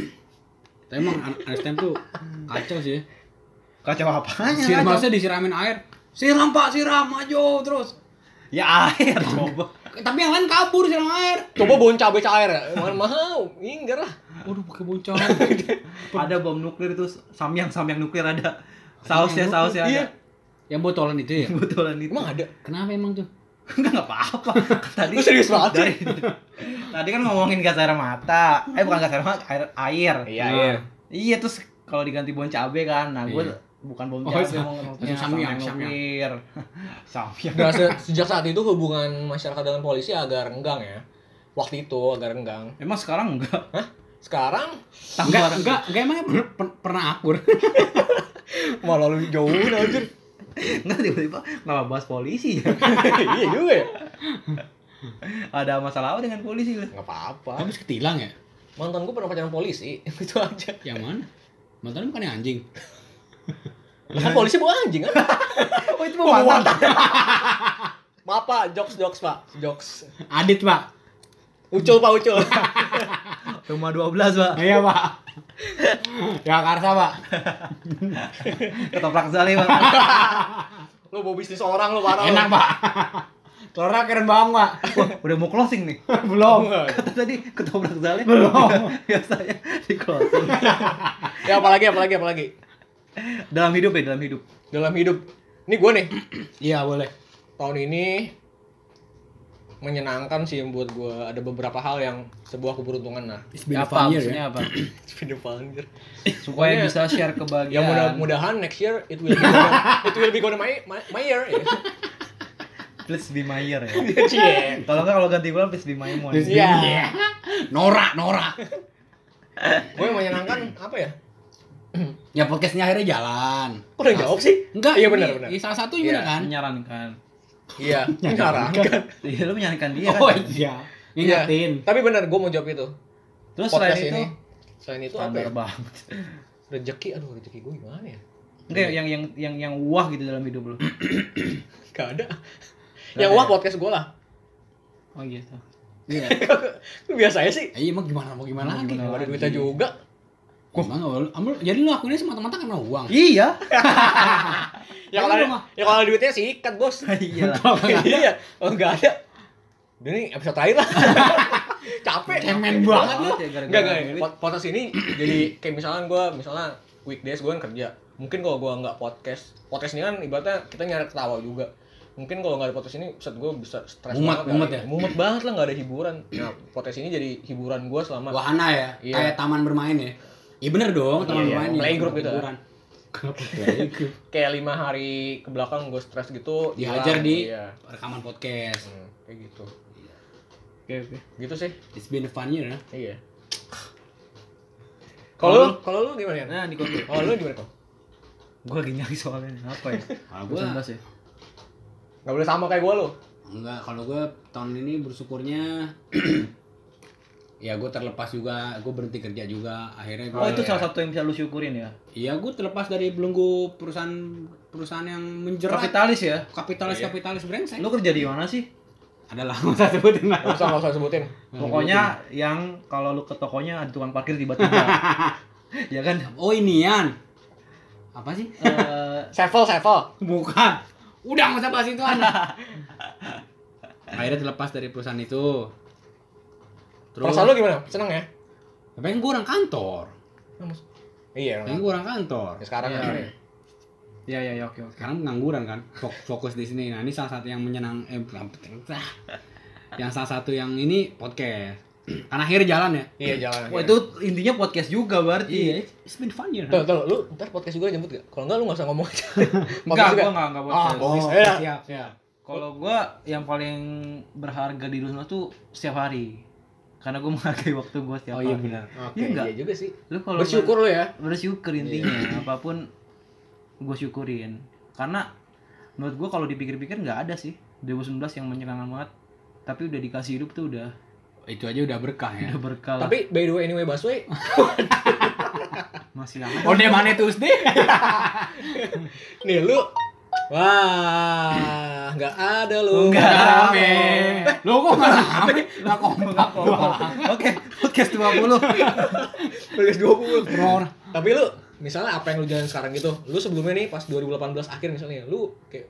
Speaker 2: tapi emang anak anak STM tuh kacau sih ya.
Speaker 3: kacau apanya
Speaker 2: Sir,
Speaker 3: kacau?
Speaker 2: maksudnya disiramin air siram pak siram maju terus
Speaker 3: ya air coba
Speaker 2: tapi yang lain kabur siram air
Speaker 1: Coba bon cabe cair ya. Mana mau, enggak lah.
Speaker 2: waduh pakai bocor
Speaker 3: ada bom nuklir itu samyang samyang nuklir ada sausnya
Speaker 2: Samyang
Speaker 3: sausnya
Speaker 1: nuklir, iya.
Speaker 3: ada
Speaker 2: yang botolan itu ya
Speaker 3: kebetulan itu
Speaker 1: Emang ada?
Speaker 2: kenapa emang tuh
Speaker 3: enggak nggak apa-apa Kan tadi
Speaker 1: Lu serius banget sih?
Speaker 3: tadi kan ngomongin gas air mata eh bukan gas air mata air air
Speaker 1: Iya,
Speaker 2: Nah,
Speaker 1: iya.
Speaker 3: iya terus kalau diganti bon cabe kan nah gue
Speaker 2: Iya.
Speaker 3: bukan bon
Speaker 2: Oh,
Speaker 3: cabe
Speaker 2: iya.
Speaker 3: ngomong ngomongnya
Speaker 2: Samyang,
Speaker 3: samyang
Speaker 2: samyang.
Speaker 3: nuklir samyang
Speaker 1: Nah, se- sejak saat itu hubungan masyarakat dengan polisi agak renggang ya. Waktu itu agak renggang.
Speaker 3: emang sekarang enggak
Speaker 1: Sekarang
Speaker 2: enggak enggak enggak emangnya per- per- pernah akur
Speaker 1: malah lu jauhin anjir.
Speaker 3: enggak tiba-tiba kenapa bahas polisi ya
Speaker 1: iya juga ya.
Speaker 3: ada masalah apa dengan polisi lah
Speaker 1: Enggak apa-apa.
Speaker 2: habis ketilang ya
Speaker 1: Mantan gue pernah pacaran polisi, itu aja.
Speaker 2: yang mana mantan bukan yang anjing
Speaker 1: Lah kan polisi bawa anjing kan?
Speaker 3: oh itu mau mantan
Speaker 1: Maaf Pak, jokes jokes Pak, jokes.
Speaker 2: adit pak
Speaker 1: Ucul Pak, ucul.
Speaker 3: rumah 12 pak
Speaker 2: iya pak ya karsa pak
Speaker 3: ketoprak sekali pak
Speaker 1: lu mau bisnis orang lu parah. lu.
Speaker 2: enak pak telurnya keren banget pak
Speaker 3: Wah, udah mau closing nih
Speaker 2: belum
Speaker 3: kata tadi ketoprak sekali
Speaker 2: Belum.
Speaker 3: biasanya di closing
Speaker 1: Ya apalagi apalagi apalagi.
Speaker 3: dalam hidup ya dalam hidup
Speaker 1: Dalam hidup. Ini gue nih,
Speaker 2: iya boleh
Speaker 1: tahun ini menyenangkan sih buat gue ada beberapa hal yang sebuah keberuntungan nah
Speaker 2: It's been ya? a
Speaker 3: apa
Speaker 2: fun year,
Speaker 3: maksudnya apa supaya
Speaker 1: Pokoknya-
Speaker 3: bisa share
Speaker 1: Ya
Speaker 3: kebahagiaan
Speaker 1: mudah-mudahan next year it will be gonna, it will be gonna my, my, my year. ya.
Speaker 3: please be my year ya
Speaker 1: Cie.
Speaker 3: kalau nggak kalau ganti bulan please be my moon
Speaker 1: Iya.
Speaker 2: Iya. Norak, norak.
Speaker 1: Gue yang menyenangkan apa ya?
Speaker 2: Ya podcastnya akhirnya jalan.
Speaker 1: Kok udah jawab sih?
Speaker 2: Enggak,
Speaker 1: Iya
Speaker 2: ini-
Speaker 1: benar benar.
Speaker 2: ini salah satu
Speaker 1: Iya.
Speaker 2: bener kan?
Speaker 3: menyarankan
Speaker 1: Iya, menyenangkan.
Speaker 3: iya lu menyarankan dia
Speaker 2: Oh
Speaker 3: kan
Speaker 2: iya.
Speaker 1: Iya.
Speaker 2: Ingatin.
Speaker 1: Tapi benar gue mau jawab itu.
Speaker 3: terus
Speaker 1: Podcast
Speaker 3: selain itu
Speaker 1: ini. Selain itu apa ya?
Speaker 3: standar banget
Speaker 1: Rezeki, aduh rezeki gue gimana ya?
Speaker 3: enggak yang yang yang yang wah gitu dalam hidup lu
Speaker 1: Gak ada.
Speaker 3: Gak
Speaker 1: Yang
Speaker 3: ada
Speaker 1: wah
Speaker 3: ya?
Speaker 1: podcast gue lah.
Speaker 3: oh gitu
Speaker 2: Iya.
Speaker 1: Lu biasa aja sih.
Speaker 2: Iya, emang gimana mau gimana
Speaker 3: Mau
Speaker 2: lagi?
Speaker 3: gimana
Speaker 1: Gak ada
Speaker 3: lagi?
Speaker 1: duitnya juga.
Speaker 2: Kok enggak lu- ambil jadi lu akuinnya semata-mata karena uang.
Speaker 3: iya
Speaker 1: Ya kalau
Speaker 2: Ayo,
Speaker 1: ada,
Speaker 2: rumah.
Speaker 1: ya kalau ada duitnya sikat bos.
Speaker 3: iya lah
Speaker 1: Iya, oh nggak ada. Udah nih episode terakhir lah. Capek.
Speaker 2: Cemen banget lu.
Speaker 3: ya
Speaker 1: Enggak,
Speaker 3: gara-gara
Speaker 1: enggak. Pod- Podcast ini jadi kayak misalnya gue, misalnya weekdays gue kan kerja. Mungkin kalau gue nggak podcast, podcast ini kan ibaratnya kita nyari ketawa juga. Mungkin kalau nggak ada podcast ini, set gue bisa stres banget.
Speaker 2: Mumet, mumet
Speaker 1: kali.
Speaker 2: ya?
Speaker 1: Mumet banget lah, nggak ada hiburan. Nah, podcast ini jadi hiburan gue selama
Speaker 2: Wahana ya,
Speaker 1: Iya.
Speaker 2: kayak taman bermain ya. Iya bener dong,
Speaker 1: Iya,
Speaker 2: taman
Speaker 1: iya.
Speaker 2: bermain. ya,
Speaker 1: Playgroup gitu.
Speaker 2: Hiburan. Kenapa playgroup?
Speaker 1: kayak lima hari ke belakang gue stres gitu. hilang.
Speaker 2: Dihajar di
Speaker 1: Iya.
Speaker 2: rekaman podcast.
Speaker 1: Hmm, kayak gitu.
Speaker 3: oke oke
Speaker 1: Gitu sih.
Speaker 2: It's been a fun year. ya.
Speaker 1: Iya. Kalau lu, kalau lu gimana ya?
Speaker 3: nah di kopi
Speaker 1: Oh, lu gimana kok?
Speaker 3: gue lagi nyari soalnya apa ya
Speaker 2: Kalau gua
Speaker 3: 19 ya
Speaker 1: Gak boleh sama kayak gua lu.
Speaker 2: enggak, kalau gua tahun ini bersyukurnya ya gue terlepas juga, gue berhenti kerja juga. Akhirnya gua
Speaker 3: oh itu salah satu yang bisa lu syukurin ya
Speaker 2: Iya, gue terlepas dari belenggu perusahaan-perusahaan yang menjerat
Speaker 3: kapitalis ya
Speaker 2: kapitalis kapitalis brengsek.
Speaker 3: lu kerja di mana sih
Speaker 2: Adalah nggak usah sebutin lah.
Speaker 1: Gak usah, gak usah sebutin.
Speaker 3: Pokoknya yang kalau lu ke tokonya ada tukang parkir tiba-tiba. ya kan?
Speaker 2: Oh inian. Apa sih?
Speaker 3: Eh,
Speaker 1: Sevel, Sevel.
Speaker 2: Bukan. Udah nggak usah bahas itu anak. Akhirnya dilepas dari perusahaan itu. Terus,
Speaker 1: Perasaan lu gimana? Seneng ya?
Speaker 2: pengen gue orang kantor.
Speaker 1: Iya,
Speaker 2: Pengen
Speaker 1: emang.
Speaker 2: gue orang kantor.
Speaker 1: Ya, sekarang
Speaker 3: Iya.
Speaker 1: akhirnya.
Speaker 3: ya ya ya oke oke.
Speaker 2: Sekarang pengangguran kan. Fok- Fokus di sini. Nah ini salah satu yang menyenang. Eh, bukan, ah. yang salah satu yang ini podcast. Karena akhirnya jalan ya.
Speaker 1: Iya, jalan.
Speaker 3: Wah
Speaker 1: akhirnya.
Speaker 3: itu intinya podcast juga berarti.
Speaker 2: it's- it's been fun year.
Speaker 1: Tuh, tuh, lu ntar podcast juga nyebut gak? Kalau enggak lu gak usah ngomong aja. Podcast
Speaker 3: Enggak,
Speaker 1: juga.
Speaker 3: gua enggak enggak
Speaker 1: Ah,
Speaker 3: podcast.
Speaker 1: bohong.
Speaker 2: Oh,
Speaker 1: Iya.
Speaker 2: siap, siap.
Speaker 3: Kalau gua yang paling berharga di dunia tuh setiap hari. Karena gua menghargai waktu gua setiap
Speaker 2: Oh iya
Speaker 3: hari.
Speaker 2: benar.
Speaker 1: Oke,
Speaker 3: Iya enggak?
Speaker 1: iya juga sih.
Speaker 3: Lu kalau
Speaker 1: Bersyukur lu ya.
Speaker 3: bersyukur intinya apapun gue syukurin karena menurut gue kalau dipikir-pikir nggak ada sih 2019 yang menyenangkan banget tapi udah dikasih hidup tuh udah
Speaker 2: Itu aja udah berkah ya.
Speaker 3: udah berkah lah.
Speaker 1: Tapi by the way anyway Baswe,
Speaker 3: masih lama
Speaker 2: Oh, deh mana Tuesday?
Speaker 1: nih lu Wah, nggak ada lu.
Speaker 3: Nggak
Speaker 2: rame. Lu kok nggak rame? Nggak kompak doang.
Speaker 3: oke podcast 20
Speaker 1: Tulis 20.
Speaker 2: Roar.
Speaker 1: Tapi lu misalnya apa yang lu jalan sekarang gitu? Lu sebelumnya nih pas 2018 akhir misalnya, lu kayak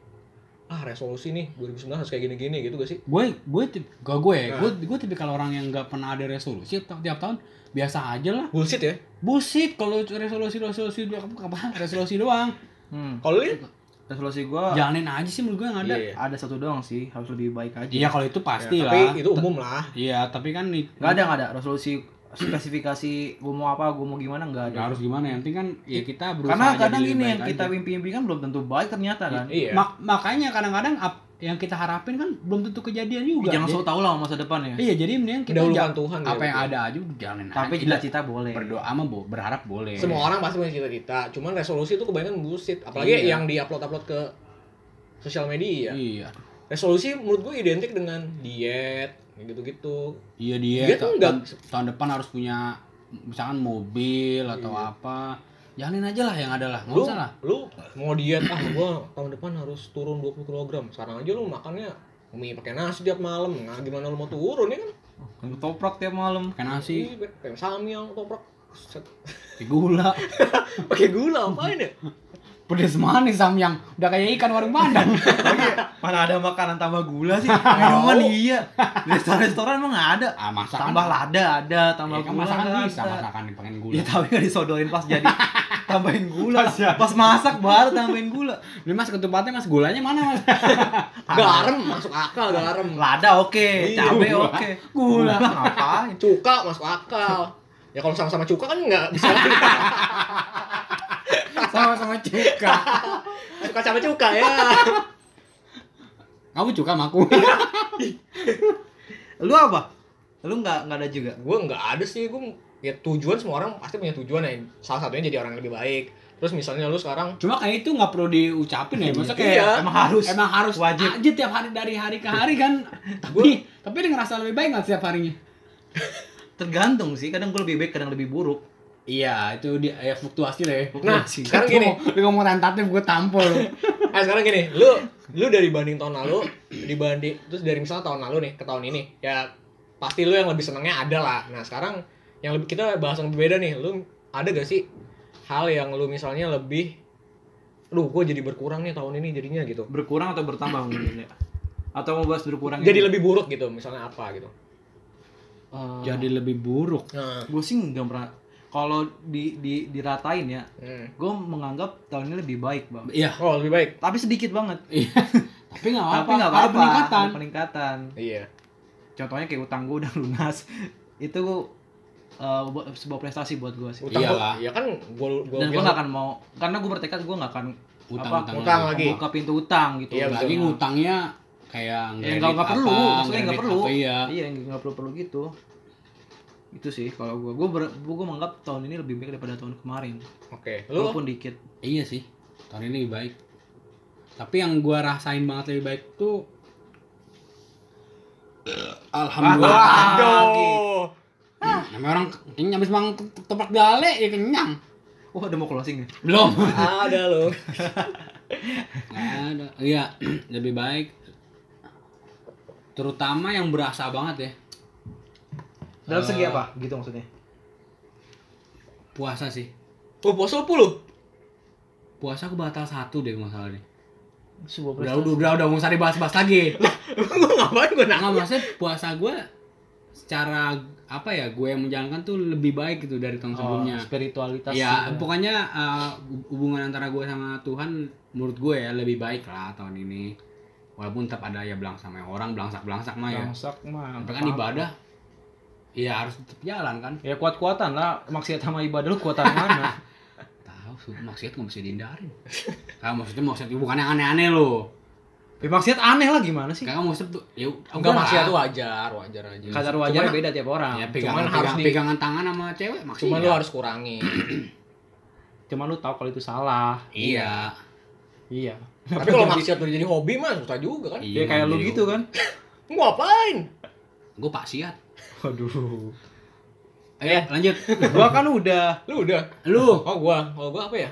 Speaker 1: ah resolusi nih 2019 harus kayak gini-gini gitu gak sih?
Speaker 2: Gue gue tip- gak gue, ya.
Speaker 1: Nah.
Speaker 2: gue gue tipikal orang yang nggak pernah ada resolusi tiap, tiap tahun biasa aja lah.
Speaker 1: Bullshit ya.
Speaker 2: Bullshit kalau resolusi resolusi doang apa resolusi doang.
Speaker 3: hmm.
Speaker 1: Kalau lu
Speaker 3: resolusi gue
Speaker 2: Jalanin aja sih menurut gue yang ada.
Speaker 1: Iya, iya.
Speaker 3: ada satu doang sih harus lebih baik aja
Speaker 2: Iya kalau itu pasti
Speaker 1: Ya,
Speaker 2: lah.
Speaker 1: tapi itu umum lah.
Speaker 2: Iya tapi kan i-
Speaker 3: nggak ada nggak ada resolusi spesifikasi gue mau apa gue mau gimana nggak
Speaker 2: nggak
Speaker 3: ada
Speaker 2: harus gimana yang penting kan ya kita berusaha
Speaker 3: karena
Speaker 2: jadi
Speaker 3: kadang
Speaker 2: lebih
Speaker 3: ini
Speaker 2: baik
Speaker 3: yang kita
Speaker 2: aja.
Speaker 3: impi-impikan belum tentu baik ternyata kan
Speaker 1: Iya.
Speaker 2: Mak- makanya kadang-kadang ap- yang kita harapin kan belum tentu kejadian juga.
Speaker 3: jangan so
Speaker 2: Jadi-
Speaker 3: tau lah masa depan ya
Speaker 2: Iya, jadi mendingan kita
Speaker 1: Dahulukan
Speaker 2: jal-
Speaker 1: Tuhan ya,
Speaker 2: apa yang
Speaker 1: betul.
Speaker 2: ada aja udah jalanin
Speaker 3: tapi
Speaker 2: aja.
Speaker 3: cita-cita boleh
Speaker 2: berdoa mah bo- berharap boleh.
Speaker 1: Semua orang pasti punya cita-cita, cuman resolusi itu kebanyakan bullshit. Apalagi
Speaker 2: Iya.
Speaker 1: yang di-upload-upload ke sosial media.
Speaker 2: Iya.
Speaker 1: Resolusi menurut gue identik dengan diet, kayak gitu-gitu.
Speaker 2: Iya dia
Speaker 1: Dia tuh
Speaker 2: ta-
Speaker 1: enggak-
Speaker 2: tahun, tahun depan harus punya misalkan mobil atau apa. Jalanin aja lah yang ada lah. Enggak
Speaker 1: Lu,
Speaker 2: usah lah.
Speaker 1: lu mau diet ah gua tahun depan harus turun 20 kg. Sekarang aja lu makannya mie pakai nasi tiap malam. Nah, gimana lu mau turun ya kan?
Speaker 3: Ketoprak tiap malam.
Speaker 2: Pakai
Speaker 1: Ih,
Speaker 2: nasi,
Speaker 1: pakai samyang, toprak. Set.
Speaker 2: pakai gula,
Speaker 1: Pakai gula apain ya?
Speaker 2: pedes manis samyang. Udah kayak ikan warung Padang.
Speaker 3: Mana ada makanan tambah gula sih? Minuman iya. Restoran-restoran emang nggak ada.
Speaker 2: ah, masakan.
Speaker 3: Tambah lada ada, tambah
Speaker 2: Ya, kan
Speaker 3: gula.
Speaker 2: masakan
Speaker 3: nggak
Speaker 2: bisa,
Speaker 3: ada.
Speaker 2: masakan dipakein gula.
Speaker 3: Ya tapi nggak disodorin pas jadi tambahin gula. Pas masak baru tambahin gula.
Speaker 2: Ini Mas ketupatnya Mas gulanya mana Mas? Ah.
Speaker 1: Garam masuk akal, garam.
Speaker 3: Lada oke,
Speaker 1: Iya,
Speaker 3: cabe
Speaker 2: gula.
Speaker 3: oke.
Speaker 2: Gula.
Speaker 3: ngapain?
Speaker 1: Cuka masuk akal. Ya kalau sama-sama cuka kan nggak bisa.
Speaker 2: Sama-sama cuka.
Speaker 1: Suka sama cuka ya.
Speaker 2: Kamu cuka sama aku.
Speaker 3: Lu apa? Lu nggak nggak ada juga.
Speaker 1: gue nggak ada sih gue ya tujuan semua orang pasti punya tujuan ya salah satunya jadi orang yang lebih baik terus misalnya lu sekarang
Speaker 2: Cuma kayak itu nggak perlu diucapin ya. Maksudnya kayak
Speaker 1: Iya.
Speaker 3: Emang harus.
Speaker 2: Emang harus
Speaker 3: Wajib.
Speaker 2: aja tiap hari dari hari ke hari kan. tapi tapi dia ngerasa lebih baik nggak setiap harinya?
Speaker 3: Tergantung sih. Kadang gue lebih baik, kadang lebih buruk.
Speaker 2: Iya, itu dia ya, fluktuasi lah ya.
Speaker 1: nah
Speaker 3: Fluktuasi.
Speaker 1: sekarang gini
Speaker 2: lu ngomong tentatif gue tampol.
Speaker 1: nah sekarang gini lu lu dari banding tahun lalu dibanding terus dari misalnya tahun lalu nih ke tahun ini ya pasti lu yang lebih senengnya ada lah nah sekarang yang lebih kita bahas yang berbeda nih lu ada gak sih hal yang lu misalnya lebih lu gue jadi berkurang nih tahun ini jadinya gitu
Speaker 3: Berkurang atau bertambah mungkin ya? Atau mau bahas berkurang?
Speaker 1: jadi lebih buruk gitu misalnya apa gitu
Speaker 2: Jadi lebih buruk.
Speaker 1: nah
Speaker 3: gue Eh, sih nggak pernah kalau di, di diratain ya
Speaker 1: hmm.
Speaker 3: gue menganggap tahun ini lebih baik bang
Speaker 2: Iya.
Speaker 1: oh lebih baik
Speaker 3: tapi sedikit banget
Speaker 2: tapi nggak
Speaker 3: tapi
Speaker 2: apa-apa.
Speaker 3: nggak apa-apa
Speaker 2: Ada peningkatan.
Speaker 3: ada peningkatan
Speaker 1: iya
Speaker 3: contohnya kayak utang gue udah lunas itu eh, bu- sebuah prestasi buat gue sih
Speaker 1: utang
Speaker 2: Iyalah.
Speaker 1: gua- ya kan gua gua
Speaker 3: dan gue
Speaker 1: bilang-
Speaker 3: nggak akan mau karena gue bertekad gue nggak akan
Speaker 2: Utang,
Speaker 3: apa,
Speaker 2: utang,
Speaker 1: utang
Speaker 2: lagi.
Speaker 1: lagi.
Speaker 3: buka pintu utang gitu
Speaker 1: Iya,
Speaker 2: Lagi
Speaker 1: betul.
Speaker 2: ngutangnya kayak
Speaker 3: ya
Speaker 2: nggak
Speaker 3: nggak nggak perlu maksudnya nggak perlu
Speaker 2: Iya.
Speaker 3: iya nggak perlu perlu gitu itu sih kalau gue gue gue menganggap tahun ini lebih baik daripada tahun kemarin
Speaker 1: Oke, lu
Speaker 3: walaupun dikit
Speaker 2: Iya sih. Tahun ini lebih baik. Tapi yang gua rasain banget lebih baik tuh Alhamdulillah.
Speaker 1: Waduh.
Speaker 2: Namanya orang kenyang habis makan toprak dale ya kenyang.
Speaker 3: wah udah mau closing ya? nih
Speaker 2: Belum.
Speaker 1: Ada lu.
Speaker 2: Nggak ada. Iya, lebih baik. Terutama yang berasa banget ya.
Speaker 3: dalam segi apa gitu maksudnya
Speaker 2: Puasa sih.
Speaker 1: Oh, puasa apa lu?
Speaker 2: puasa aku batal satu deh masalahnya
Speaker 3: sebuah
Speaker 2: udah
Speaker 3: prestasi.
Speaker 2: udah udah udah nggak usah dibahas-bahas lagi
Speaker 1: Emang gue ngapain gue nak?
Speaker 2: nggak maksudnya puasa gue secara apa ya gue yang menjalankan tuh lebih baik gitu dari tahun
Speaker 3: Oh,
Speaker 2: sebelumnya
Speaker 3: spiritualitas
Speaker 2: ya
Speaker 3: juga.
Speaker 2: pokoknya uh, hub- hubungan antara gue sama Tuhan menurut gue ya lebih baik lah tahun ini walaupun tetap ada ya belang sama orang belangsak belangsak mah ya
Speaker 3: Bangsak mah.
Speaker 2: tapi kan ibadah ya harus tetap jalan kan
Speaker 3: Ya kuat-kuatan lah maksiat sama ibadah lu kuatan mana?
Speaker 2: tahu su- maksiat nggak bisa dihindarin Nah, maksudnya maksudnya bukan yang aneh-aneh loh
Speaker 3: Ya, maksiat aneh lah gimana sih?
Speaker 2: Kakak maksud tuh ya
Speaker 1: Enggak maksiat
Speaker 2: lah.
Speaker 1: tuh wajar, wajar aja.
Speaker 3: Kadar
Speaker 2: ya. Cuman-
Speaker 3: wajarnya beda tiap orang.
Speaker 2: ya
Speaker 1: Cuman
Speaker 2: pegangan
Speaker 1: harus
Speaker 2: pegang-
Speaker 1: di-
Speaker 2: pegangan tangan sama cewek ya. maksiat
Speaker 1: Cuman lu harus kurangi.
Speaker 3: Cuman lu tahu kalau itu salah.
Speaker 2: iya
Speaker 3: Iya.
Speaker 1: Tapi kalau maksiat udah jadi hobi mah susah juga kan.
Speaker 2: iya,
Speaker 3: Ya kayak lu gitu kan.
Speaker 1: Ngapain?
Speaker 2: gue pak siat
Speaker 3: Waduh.
Speaker 2: eh lanjut
Speaker 3: Gua kan udah
Speaker 1: Iya. Lu udah.
Speaker 2: lu
Speaker 1: Oh gua, kalau gua apa ya?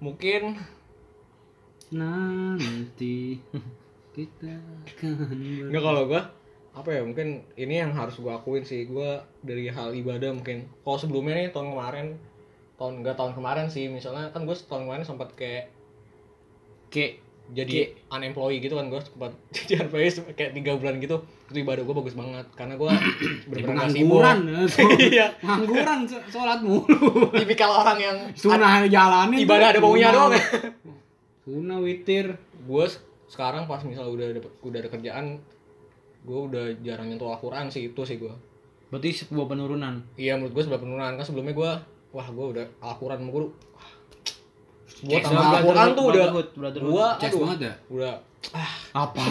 Speaker 1: Mungkin
Speaker 2: nanti kita akan ber-
Speaker 1: enggak kalau gua apa ya mungkin ini yang harus gua akuin sih gua dari hal ibadah mungkin kalau sebelumnya nih tahun kemarin tahun enggak tahun kemarin sih misalnya kan gua tahun kemarin sempat kayak
Speaker 3: ke
Speaker 1: jadi unemployed gitu kan gue sempat jadi unemployed se- kayak tiga bulan gitu itu ibadah gue bagus banget karena gue
Speaker 2: Ya,
Speaker 1: bener-bener gak sibuk
Speaker 2: pengangguran
Speaker 1: iya
Speaker 2: pengangguran so- sholat mulu
Speaker 1: tipikal orang yang ad-
Speaker 2: sunnah jalanin
Speaker 1: ibadah ada maunya
Speaker 2: Sunnah-
Speaker 1: doang ya.
Speaker 2: sunnah witir
Speaker 1: gue sekarang pas misalnya udah dapet, udah ada kerjaan gue udah jarang nyentuh Al-Quran sih itu sih gue
Speaker 3: berarti sebuah penurunan.
Speaker 1: iya menurut gue sebab penurunan kan sebelumnya gue wah gue udah Al-Quran mau gue gue
Speaker 2: Cek
Speaker 1: tambah
Speaker 2: Iya, sama
Speaker 1: Al-Quran tuh udah
Speaker 3: Brotherhood, brotherhood.
Speaker 1: gue
Speaker 2: cek
Speaker 1: aduh
Speaker 2: banget ya
Speaker 1: udah
Speaker 3: apa?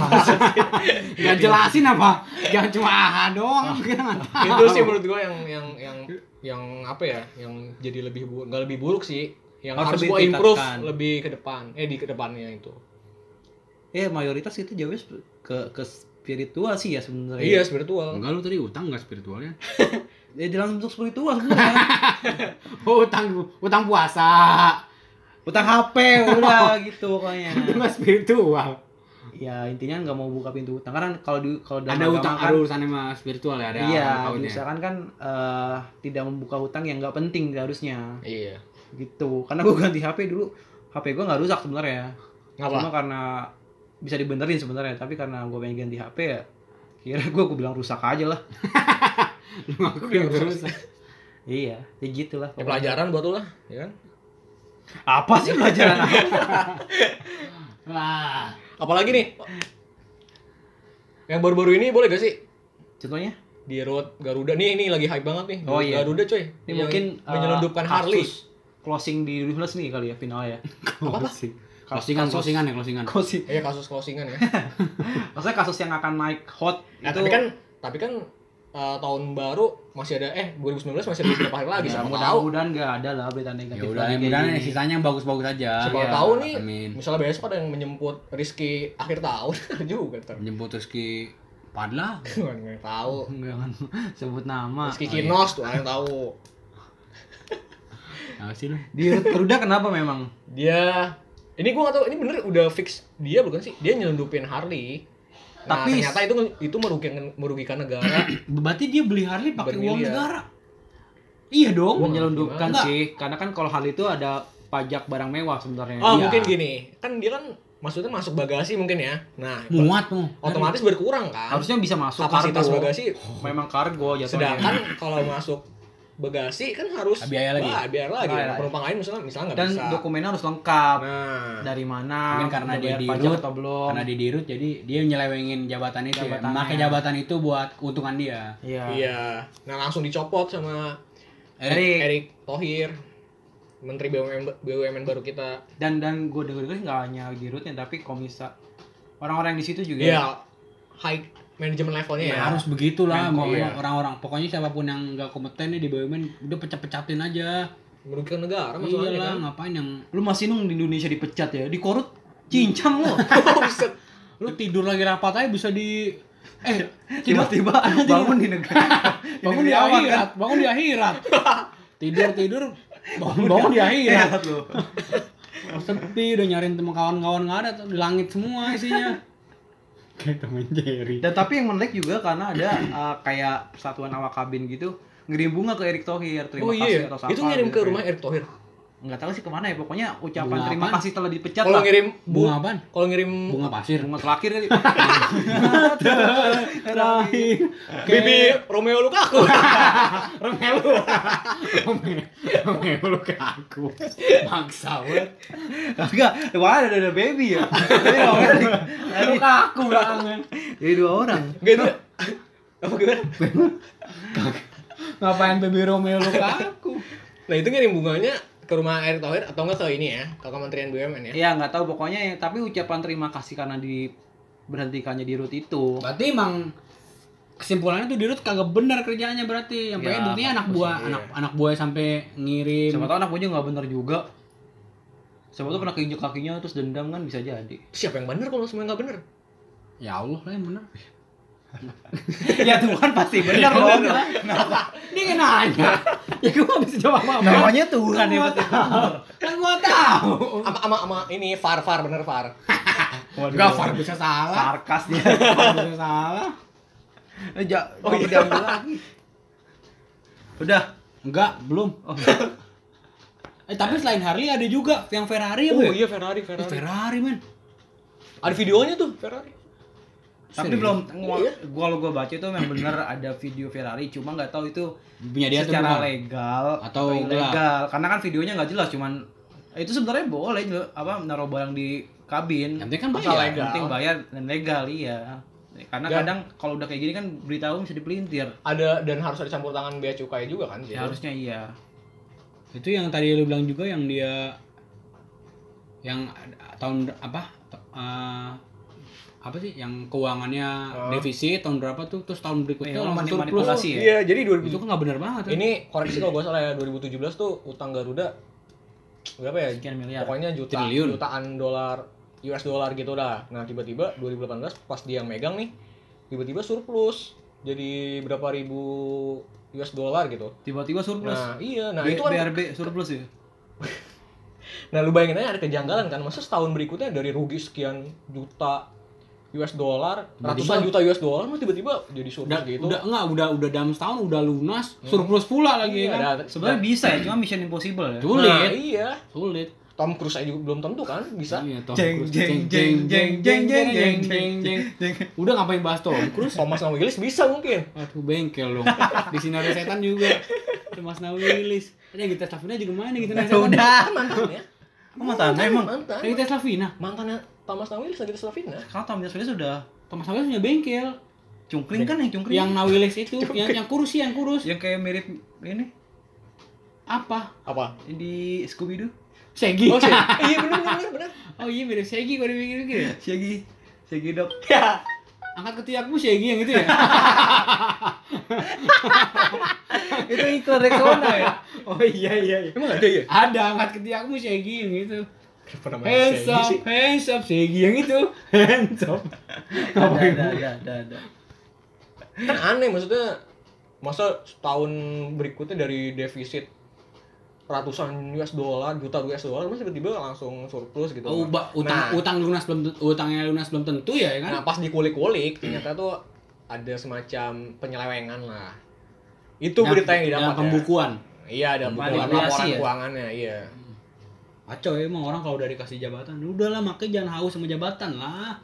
Speaker 2: Jangan jelasin apa? Jangan cuma aha doang. Kita nggak tahu.
Speaker 1: Ah. itu sih menurut gue yang yang yang yang apa ya yang jadi lebih buruk nggak lebih buruk sih yang
Speaker 3: Harus
Speaker 1: harus,
Speaker 3: lebih
Speaker 1: gue improve
Speaker 3: ditingkatkan.
Speaker 1: lebih ke depan eh di ke depannya itu
Speaker 3: ya mayoritas itu jawabnya sp- ke ke spiritual sih ya sebenarnya.
Speaker 1: iya spiritual
Speaker 2: Enggak lu tadi utang nggak spiritualnya?
Speaker 3: Ya dalam bentuk spiritual sebenarnya.
Speaker 2: Oh utang utang puasa.
Speaker 3: Utang HP udah gitu pokoknya.
Speaker 2: Itu nggak spiritual.
Speaker 3: Ya intinya nggak mau buka pintu utang karena kalau di kalau dalam
Speaker 2: Ada
Speaker 3: agama
Speaker 2: utang
Speaker 3: kan-
Speaker 2: ada urusannya sama spiritual ya ada.
Speaker 3: iya,
Speaker 2: ada pautnya.
Speaker 3: diusahakan kan eh, tidak membuka hutang yang nggak penting harusnya
Speaker 1: iya
Speaker 3: gitu. Karena gue ganti HP dulu, HP gue nggak rusak sebenarnya.
Speaker 1: ngapa
Speaker 3: Cuma karena bisa dibenerin sebenarnya, tapi karena gue pengen ganti HP ya, kira gue gue bilang rusak aja lah.
Speaker 2: Lu ngaku yang berurusan.
Speaker 3: Iya, ya gitulah.
Speaker 1: ya, pelajaran buat lu lah ya kan
Speaker 3: Apa sih pelajaran?
Speaker 2: Wah.
Speaker 1: apalagi nih yang baru-baru ini boleh gak sih
Speaker 3: Contohnya?
Speaker 1: di road Garuda nih ini lagi hype banget nih
Speaker 3: Oh, iya.
Speaker 1: Garuda coy
Speaker 3: Ini
Speaker 1: Yang
Speaker 3: mungkin eh,
Speaker 1: iya. menyelundupkan
Speaker 3: kasus
Speaker 1: Harley
Speaker 3: Closing di 12 nih kali ya final ya.
Speaker 1: Apa-apa?
Speaker 2: Closing. Closingan,
Speaker 3: Kasus-
Speaker 2: closingan ya, closingan.
Speaker 3: Closing.
Speaker 1: iya kasus closingan ya
Speaker 3: Maksudnya kasus yang akan naik hot
Speaker 1: nah,
Speaker 3: itu
Speaker 1: tapi kan tapi kan eh, tahun baru masih ada eh 2019 masih ada beberapa hari lagi
Speaker 3: ya,
Speaker 1: siapa tahu
Speaker 3: mudah-mudahan nggak ada lah berita
Speaker 2: Ya
Speaker 3: negatif.
Speaker 2: udah,
Speaker 3: lagi kayak
Speaker 2: mudah-mudahan
Speaker 3: gini.
Speaker 2: sisanya yang bagus-bagus aja.
Speaker 1: Siapa
Speaker 2: Iya.
Speaker 1: tahu nih,
Speaker 2: Amin.
Speaker 1: misalnya besok ada yang menjemput Rizky akhir tahun juga ntar.
Speaker 2: Menjemput Rizky Padla.
Speaker 1: Gua nggak tahu.
Speaker 3: Nggak kan sebut nama.
Speaker 1: Rizky
Speaker 2: Oh, iya.
Speaker 1: Kinos tuh ada yang tahu.
Speaker 2: Ya sih lu.
Speaker 3: Di Garuda kenapa memang?
Speaker 1: Dia ini gua nggak tahu ini bener udah fix dia bukan sih? Dia nyelundupin Harley. Nah,
Speaker 3: Tapi-
Speaker 1: ternyata itu itu merugikan merugikan negara.
Speaker 2: Berarti dia beli Harley pakai uang
Speaker 1: Bermiliar.
Speaker 2: negara. Iya dong.
Speaker 1: Gua nggak
Speaker 3: Menyelundupkan
Speaker 2: ngerti
Speaker 3: sih, karena kan kalau hal itu ada pajak barang mewah sebenarnya.
Speaker 1: Oh,
Speaker 2: Iya.
Speaker 1: mungkin gini. Kan dia kan maksudnya masuk bagasi mungkin ya. Nah,
Speaker 2: Muat tuh.
Speaker 1: otomatis berkurang kan.
Speaker 3: Harusnya bisa masuk
Speaker 1: kapasitas
Speaker 3: kargo.
Speaker 1: bagasi.
Speaker 3: Memang kargo jatuhnya.
Speaker 1: Sedangkan kalau masuk bagasi kan harus
Speaker 2: Biaya lagi.
Speaker 1: Wah, biaya lagi.
Speaker 3: Biaya lagi.
Speaker 1: Penumpang lain misalnya misalnya nggak
Speaker 3: dan
Speaker 1: bisa.
Speaker 3: dokumennya harus lengkap.
Speaker 1: Nah,
Speaker 3: Dari mana?
Speaker 2: Mungkin karena
Speaker 3: udah
Speaker 2: dia
Speaker 3: bayar
Speaker 2: di
Speaker 3: pajak
Speaker 2: root,
Speaker 3: atau belum?
Speaker 2: karena di dirut jadi dia nyelewengin jabatan itu ya.
Speaker 3: Jabatannya.
Speaker 2: memakai jabatan itu buat keuntungan dia
Speaker 3: Iya.
Speaker 1: Iya. Nah langsung dicopot sama
Speaker 2: Iya,
Speaker 3: Erik.
Speaker 1: Erick Thohir, Menteri BUMN, ba- BUMN baru kita.
Speaker 3: Dan dan gue denger-denger nggak hanya di rootnya tapi komisa orang-orang di situ juga.
Speaker 1: Iya. High management levelnya ya.
Speaker 2: Ya, harus begitulah
Speaker 1: Menko,
Speaker 2: mau
Speaker 1: ya.
Speaker 2: orang-orang pokoknya siapapun yang nggak kompeten nih di BUMN udah pecat-pecatin aja
Speaker 1: merugikan negara masalahnya
Speaker 2: iyalah
Speaker 1: kan.
Speaker 2: ngapain yang
Speaker 3: Lu masih nung di Indonesia dipecat ya? Di korut cincang lu.
Speaker 1: Oh, Buset.
Speaker 2: lu tidur lagi rapat aja bisa di eh tidur
Speaker 3: Tiba-tiba bangun di negara.
Speaker 2: bangun di
Speaker 3: awal kan.
Speaker 2: akhirat bangun di akhirat tidur tidur bangun bangun
Speaker 3: Iya.
Speaker 2: di
Speaker 3: Lihat
Speaker 2: akhirat
Speaker 3: lu.
Speaker 2: sepi udah nyariin temen kawan-kawan nggak ada tuh di langit semua isinya kayak temen Jerry
Speaker 3: Dan tapi yang menarik juga karena ada eh, kayak persatuan awak kabin gitu ngirim bunga ke Erick Thohir terima
Speaker 1: Oh iya,
Speaker 3: kasih atau
Speaker 1: itu ngirim
Speaker 3: gitu
Speaker 1: ke
Speaker 3: ya.
Speaker 1: rumah Erick Thohir.
Speaker 3: nggak tahu sih kemana ya pokoknya ucapan
Speaker 2: Bunga
Speaker 3: terima
Speaker 2: apaan?
Speaker 3: kasih telah dipecat
Speaker 1: Kalau
Speaker 3: lah
Speaker 1: ngirim bu,
Speaker 2: bunga apaan?
Speaker 1: kalau ngirim
Speaker 2: Bunga pasir.
Speaker 3: bunga terakhir kali
Speaker 2: Terakhir.
Speaker 1: Bibi Romeo Lukaku.
Speaker 2: Romelu. Romelu. Romelu ke aku. Bangsa banget.
Speaker 3: enggak wah ada ada baby ya Jadi dua orang nih.
Speaker 2: Lu ke aku banget.
Speaker 3: jadi dua orang
Speaker 1: Enggak itu. Gitu. Apa gitu? gimana?
Speaker 2: Ngapain baby Romelu ke aku?
Speaker 1: Nah, itu ngirim bunganya ke rumah Erick Thohir atau enggak ke ini ya, ke Kementerian BUMN ya.
Speaker 3: ya nggak tahu pokoknya ya, tapi ucapan terima kasih karena diberhentikannya di route itu
Speaker 2: Berarti emang kesimpulannya tuh Dirut kagak benar kerjaannya berarti. Yang
Speaker 3: Ya,
Speaker 2: pengen buktinya anak buah,
Speaker 1: maksudnya,
Speaker 2: anak
Speaker 1: iya.
Speaker 2: anak buah sampai ngirim.
Speaker 3: siapa tahu anak punya nggak bener juga siapa tahu pernah keinjek kakinya terus dendam kan bisa jadi
Speaker 1: Siapa yang bener kalau semua enggak bener?
Speaker 2: Ya Allah lah yang benar.
Speaker 3: ya Tuhan pasti bener
Speaker 1: dong.
Speaker 2: Dia yang nanya. ya gue gak bisa jawab apa-apa.
Speaker 3: namanya Tuhan ya pasti
Speaker 2: Kan gua tahu.
Speaker 1: Ama ama ama ini far far bener far.
Speaker 3: Waduh.
Speaker 2: Enggak Far bisa salah.
Speaker 3: sarkas dia
Speaker 2: Far bisa salah.
Speaker 3: Eh, ja,
Speaker 1: Oh,
Speaker 3: oh,
Speaker 1: iya.
Speaker 3: diambil lagi udah
Speaker 2: Enggak, belum.
Speaker 3: Oh.
Speaker 2: Eh
Speaker 3: Ya.
Speaker 2: tapi selain Harley ada juga yang Ferrari ya,
Speaker 1: Oh
Speaker 2: Bu.
Speaker 1: iya Ferrari
Speaker 2: Eh,
Speaker 1: Ferrari.
Speaker 2: Ferrari, men.
Speaker 1: Ada videonya tuh Ferrari.
Speaker 3: tapi
Speaker 2: Serius?
Speaker 3: belum gua
Speaker 1: Iya.
Speaker 3: gua- kalau gua baca itu memang bener ada video Ferrari cuma nggak tahu itu
Speaker 2: punya dia tuh
Speaker 3: secara
Speaker 2: bukan?
Speaker 3: legal
Speaker 2: Atau
Speaker 3: ilegal karena kan videonya nggak jelas cuman itu sebenarnya boleh nge- apa naruh barang di kabin
Speaker 2: Yang penting kan
Speaker 1: Asal
Speaker 2: bayar.
Speaker 1: legal.
Speaker 3: yang penting bayar dan legal iya karena
Speaker 1: Dan-
Speaker 3: kadang kalau udah kayak gini kan beritahu bisa dipelintir
Speaker 1: Ada dan harus ada campur tangan bea cukai juga kan.
Speaker 3: ya, harusnya iya
Speaker 2: Itu yang tadi lu bilang juga yang dia yang ad- tahun ber- apa? T- eh, apa sih yang keuangannya
Speaker 1: Oh.
Speaker 2: defisit tahun berapa tuh terus tahun berikutnya
Speaker 3: Iya,
Speaker 2: langsung
Speaker 3: mani-
Speaker 2: surplus
Speaker 3: manipulasi.
Speaker 1: Iya, jadi
Speaker 2: itu
Speaker 1: 2000
Speaker 2: kan nggak benar banget kan?
Speaker 1: ini koreksi kalau gua salah ya 2017 tuh utang Garuda berapa ya?
Speaker 3: sekian miliar
Speaker 1: Pokoknya juta,
Speaker 2: Triliun.
Speaker 1: jutaan dolar US dollar gitu dah. Nah, tiba-tiba 2018 pas dia yang megang nih, tiba-tiba surplus. Jadi berapa ribu US dollar gitu.
Speaker 3: tiba-tiba surplus
Speaker 1: Nah, iya. Nah,
Speaker 3: B-
Speaker 1: itu kan
Speaker 3: BRB surplus ya
Speaker 1: Nah, lu bayangin aja ada kejanggalan kan. Maksudnya setahun berikutnya dari rugi sekian juta US dollar,
Speaker 2: Tiba-tiba-
Speaker 1: ratusan juta US dollar, mah tiba-tiba jadi surplus
Speaker 2: udah
Speaker 1: gitu. Hmm.
Speaker 2: udah enggak udah udah dalam setahun udah lunas surplus pula lagi
Speaker 1: iya,
Speaker 2: kan
Speaker 1: ada-
Speaker 3: sebenarnya bisa ya cuma Mission Impossible ya
Speaker 2: sulit
Speaker 1: Nah, iya.
Speaker 2: sulit
Speaker 1: Tom Cruise aja juga belum tentu kan bisa.
Speaker 2: Iya, Tom
Speaker 3: Jeng,
Speaker 2: Cruise.
Speaker 3: jeng, jeng, jeng, jeng, jeng, jeng, jeng, jeng.
Speaker 2: Udah ngapain bahas Tom Cruise?
Speaker 1: Thomas sama Willis bisa mungkin.
Speaker 2: Aduh bengkel loh. Di sinar setan juga. Ada Mas Nawilis. Ada yang kita Slavina juga mana gitu nah, setan.
Speaker 3: udah
Speaker 1: Ah, mantannya.
Speaker 3: Emang Oh, mantannya emang?
Speaker 1: Mantan.
Speaker 2: Ada kita Slavina.
Speaker 1: Mantannya Thomas sama Willis lagi Slavina.
Speaker 3: karena Tom Jones sudah
Speaker 2: Thomas Nawilis punya bengkel.
Speaker 3: cungkring kan yang cungkring
Speaker 2: Yang Nawilis itu yang Iya. yang kurus yang kurus.
Speaker 3: yang kayak mirip ini
Speaker 2: Apa?
Speaker 1: Apa?
Speaker 3: yang di Scooby Doo
Speaker 2: Segi.
Speaker 1: Oh, sih. iya bener bener bener, bener.
Speaker 2: Oh iya mirip Segi kalau dipikir-pikir ya.
Speaker 3: Shaggy Shaggy Dog
Speaker 1: Ya.
Speaker 2: Angkat ketiakmu Segi yang itu ya.
Speaker 3: itu iklan Rexona ya
Speaker 2: Oh iya iya. iya.
Speaker 1: Emang ada ya?
Speaker 2: Ada angkat ketiakmu Segi yang itu.
Speaker 1: Kenapa namanya
Speaker 2: Hands up,
Speaker 1: Shaggy sih?
Speaker 2: hands up Segi yang itu. Hands up.
Speaker 3: ada ada ada ada, ada.
Speaker 1: Kan aneh maksudnya masa setahun berikutnya dari defisit ratusan US dollar, juta US dollar, masa tiba-tiba langsung surplus gitu.
Speaker 2: Oh, ba- utang
Speaker 1: nah,
Speaker 2: utang lunas belum ten- utangnya lunas belum tentu ya ya kan?
Speaker 1: nah, pas dikulik-kulik ternyata tuh ada semacam penyelewengan lah. Itu
Speaker 2: Dalam-
Speaker 1: berita yang didapat.
Speaker 2: dalam
Speaker 1: ya.
Speaker 2: pembukuan.
Speaker 1: Iya, ada pembukuan
Speaker 3: Manipulasi
Speaker 1: laporan
Speaker 3: ya?
Speaker 1: keuangannya, iya.
Speaker 2: Kacau ya, emang orang kalau udah dikasih jabatan, udahlah makanya jangan haus sama jabatan lah.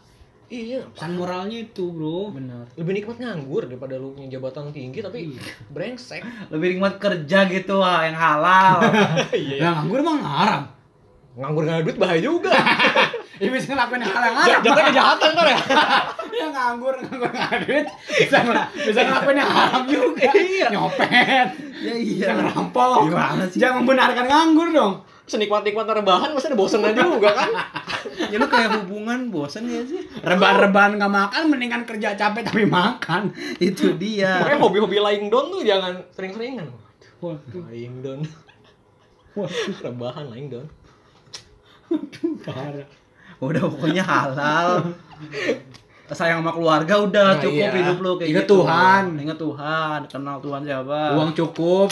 Speaker 1: Iya,
Speaker 2: Pesan moralnya itu, Bro.
Speaker 3: benar
Speaker 1: lebih nikmat nganggur daripada lu punya jabatan tinggi tapi
Speaker 2: Iya.
Speaker 1: brengsek.
Speaker 3: lebih nikmat kerja gitu ah, yang halal
Speaker 1: Iya.
Speaker 2: Nah, nganggur emang haram.
Speaker 1: nganggur nggak ada duit bahaya juga.
Speaker 2: Ya bisa ngelakuin hal yang haram.
Speaker 1: Jatuh kejahatan kan ya?
Speaker 2: Ya nganggur, nganggur nggak ada duit. Bisa, ngel- bisa ngelakuin yang haram juga.
Speaker 1: Iya.
Speaker 2: Nyopet.
Speaker 3: ya
Speaker 2: Bisa ngerampok.
Speaker 3: Gimana sih?
Speaker 2: Jangan membenarkan nganggur dong.
Speaker 1: Senikmat-nikmat rebahan masa ada bosennya juga kan?
Speaker 3: ya lu kayak hubungan bosan gak sih
Speaker 2: Rebahan-rebahan nggak makan, mendingan kerja capek tapi makan.
Speaker 3: itu dia
Speaker 1: Makanya hobi-hobi lying down tuh jangan sering-seringan.
Speaker 2: Waduh,
Speaker 1: Lying down. rebahan lying down.
Speaker 2: parah.
Speaker 3: udah pokoknya halal sayang sama keluarga udah
Speaker 1: Nah, iya.
Speaker 3: cukup hidup lu kayak
Speaker 2: Ingat
Speaker 3: gitu.
Speaker 2: Tuhan.
Speaker 3: ingat Tuhan kenal Tuhan siapa
Speaker 2: Uang cukup,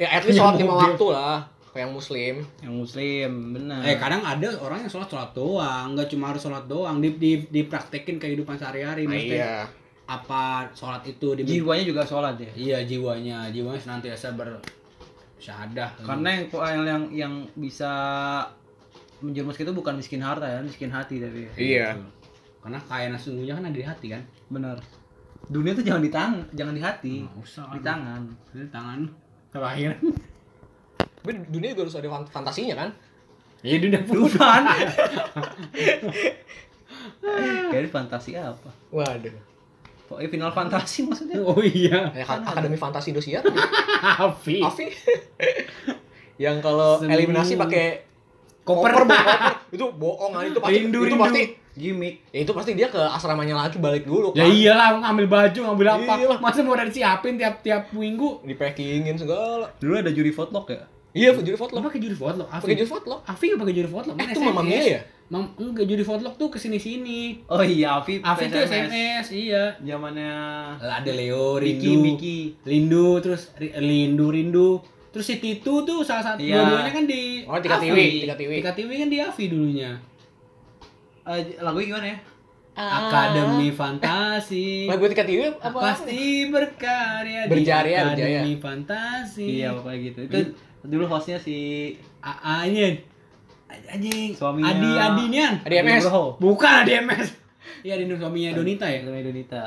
Speaker 1: Ya at least
Speaker 2: Yang
Speaker 1: sholat lima
Speaker 2: mobil.
Speaker 1: waktu lah. Kayak yang muslim.
Speaker 3: yang muslim benar
Speaker 2: Eh kadang ada orang yang sholat sholat doang, nggak cuma harus sholat doang, di, di, dipraktekin kehidupan sehari-hari.
Speaker 1: Nah,
Speaker 2: Maksudnya
Speaker 1: iya.
Speaker 2: apa sholat itu di
Speaker 3: jiwanya juga sholat ya
Speaker 2: Iya jiwanya, jiwanya senantiasa ber syahadah
Speaker 3: Karena yang yang yang, yang bisa menjerumuskan itu bukan miskin harta ya, miskin hati tapi.
Speaker 1: Iya.
Speaker 2: Betul. karena kayaan sesungguhnya kan ada di hati kan
Speaker 3: Benar. Dunia tuh jangan di tangan, jangan di hati,
Speaker 2: nggak usah
Speaker 3: Hmm. di tangan.
Speaker 2: di tangan terakhir
Speaker 1: Tapi dunia juga harus ada fan- fantasinya kan?
Speaker 2: ya udah
Speaker 3: Dudan. Jadi fantasi apa?
Speaker 1: Waduh.
Speaker 3: Pokoknya final fantasi maksudnya.
Speaker 2: oh iya
Speaker 1: Eh, Akademi Fantasi Indosiar.
Speaker 2: Afi
Speaker 1: Afi. Yang kalau
Speaker 2: Seni.
Speaker 1: eliminasi pakai koper, Bu, koper. itu bohong kan itu pasti
Speaker 2: Rindu,
Speaker 1: itu
Speaker 2: rindu.
Speaker 1: pasti
Speaker 3: Gimmick.
Speaker 1: ya, itu pasti dia ke asramanya lagi balik dulu
Speaker 2: ya
Speaker 1: kan.
Speaker 2: iyalah ngambil baju ngambil apa
Speaker 1: Iyalah.
Speaker 2: masa mau dari siapin tiap tiap minggu
Speaker 1: Di packingin segala.
Speaker 3: Dulu ada juri fotlok ya?
Speaker 1: Iya, juri
Speaker 2: lo
Speaker 1: fotlok.
Speaker 2: pakai juri fotlok
Speaker 1: Pakai
Speaker 2: Afi
Speaker 1: juri fotlok.
Speaker 2: Afi nggak pakai juri fotlok
Speaker 1: Eh,
Speaker 2: mana
Speaker 1: itu Mamma Mia ya?
Speaker 2: Mam enggak juri fotlok tuh kesini sini
Speaker 3: Oh iya, Afif.
Speaker 2: Afi tuh SMS iya
Speaker 3: Zamannya
Speaker 2: ada Leo
Speaker 3: Miki Miki.
Speaker 2: Lindu terus ri- Lindu Rindu terus si Titu tuh salah satu
Speaker 3: Iya.
Speaker 2: dua-duanya kan di
Speaker 1: Oh, Tika
Speaker 2: Afi.
Speaker 1: Tiwi, Tika Tiwi.
Speaker 2: Tika Tiwi kan di Afi dulunya
Speaker 3: Eh, lagunya gimana ya?
Speaker 1: Ah.
Speaker 2: Akademi Fantasi
Speaker 1: Lagu Tika Tiwi apa?
Speaker 2: pasti
Speaker 1: Berjaya,
Speaker 2: berkarya di
Speaker 1: berjaya.
Speaker 2: Akademi Fantasi
Speaker 3: Iya, pokoknya gitu. Itu dulu hostnya si
Speaker 2: AA-nya anjing
Speaker 3: Suaminya-
Speaker 2: Adi Adinian
Speaker 1: Adi MS.
Speaker 3: Nugroho.
Speaker 2: bukan Adi MS iya Adi suaminya Donita ya
Speaker 3: Sama Donita.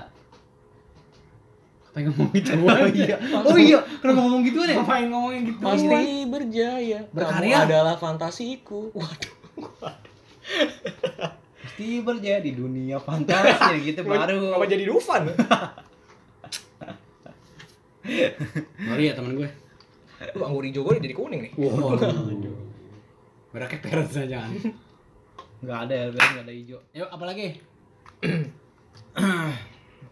Speaker 2: pengen ngomong gitu
Speaker 3: Oh iya. Oh iya, kenapa ngomong gitu ya?
Speaker 2: ngapain ngomongin gitu
Speaker 1: Pasti berjaya.
Speaker 2: Berkarya.
Speaker 1: Kamu adalah fantasiku. Waduh.
Speaker 3: Pasti berjaya di dunia fantasi gitu baru.
Speaker 1: Kenapa jadi Dufan?
Speaker 2: Sorry ya teman gue
Speaker 1: Lu anggur hijau gue jadi kuning nih.
Speaker 2: Wow. Merakit parents aja kan. jangan.
Speaker 3: Enggak ada ya, enggak ada hijau.
Speaker 2: Yuk, apalagi?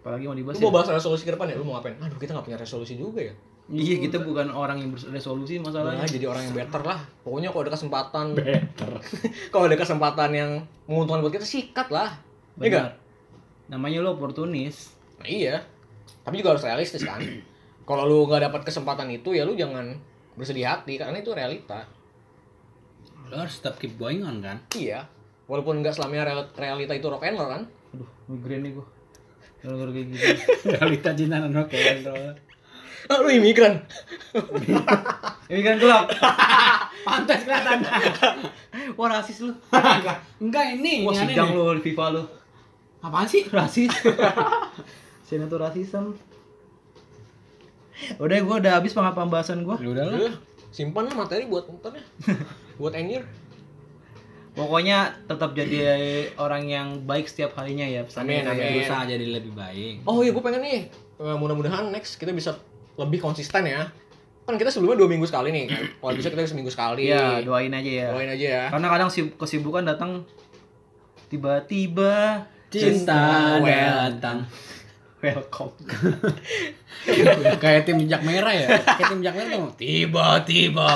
Speaker 3: Apalagi mau dibahas
Speaker 1: Lu
Speaker 3: ya?
Speaker 1: mau bahas resolusi ke depan ya? Lu mau ngapain? Aduh, kita nggak punya resolusi juga ya.
Speaker 3: Iya, kita bukan orang yang beresolusi
Speaker 1: Nah,
Speaker 3: masalahnya.
Speaker 1: jadi orang yang better lah. Pokoknya kalau ada kesempatan,
Speaker 2: Better.
Speaker 1: kalau ada kesempatan yang menguntungkan buat kita sikat lah. Iya enggak?
Speaker 3: Benar. Namanya lo oportunis.
Speaker 1: Nah, iya. Tapi juga harus realistis kan. kalau lu nggak dapat kesempatan itu ya lu jangan bersedih hati karena itu realita.
Speaker 2: Lo harus tetap keep going on kan?
Speaker 1: Iya. Walaupun nggak selamanya real- realita itu rock and roll kan.
Speaker 3: Aduh, migrain nih gua. Gara-gara kayak gitu.
Speaker 2: Realita cinta dan rock and roll.
Speaker 1: Ah, lu imigran.
Speaker 3: Ini kan gelap.
Speaker 2: Pantes kelihatan.
Speaker 3: Wah, rasis lu.
Speaker 2: Enggak ini.
Speaker 3: Wah,
Speaker 2: yang aneh
Speaker 3: sidang
Speaker 2: nih.
Speaker 3: lu di FIFA lu.
Speaker 2: Apaan sih?
Speaker 3: Rasis. Senator rasism. Udah, gua udah habis pengapa pembahasan gua.
Speaker 2: Lu Ya udah lo.
Speaker 1: Udah, simpan lah materi buat ntar ya. buat anjir.
Speaker 3: Pokoknya tetap jadi orang yang baik setiap harinya ya.
Speaker 1: Amin,
Speaker 3: saya.
Speaker 1: amin.
Speaker 2: Berusaha jadi lebih baik.
Speaker 1: Oh iya, gue pengen nih. eh, mudah-mudahan next kita bisa lebih konsisten ya. Kan kita sebelumnya dua minggu sekali nih. Kan? Kalau bisa kita seminggu sekali.
Speaker 3: Iya, doain aja ya.
Speaker 1: Doain aja ya.
Speaker 3: Karena kadang sib- kesibukan datang tiba-tiba.
Speaker 2: Cinta
Speaker 1: Cinta
Speaker 2: datang.
Speaker 3: Welcome.
Speaker 2: Kayak tim jejak merah ya. Kayak tim jejak merah tuh. Tiba-tiba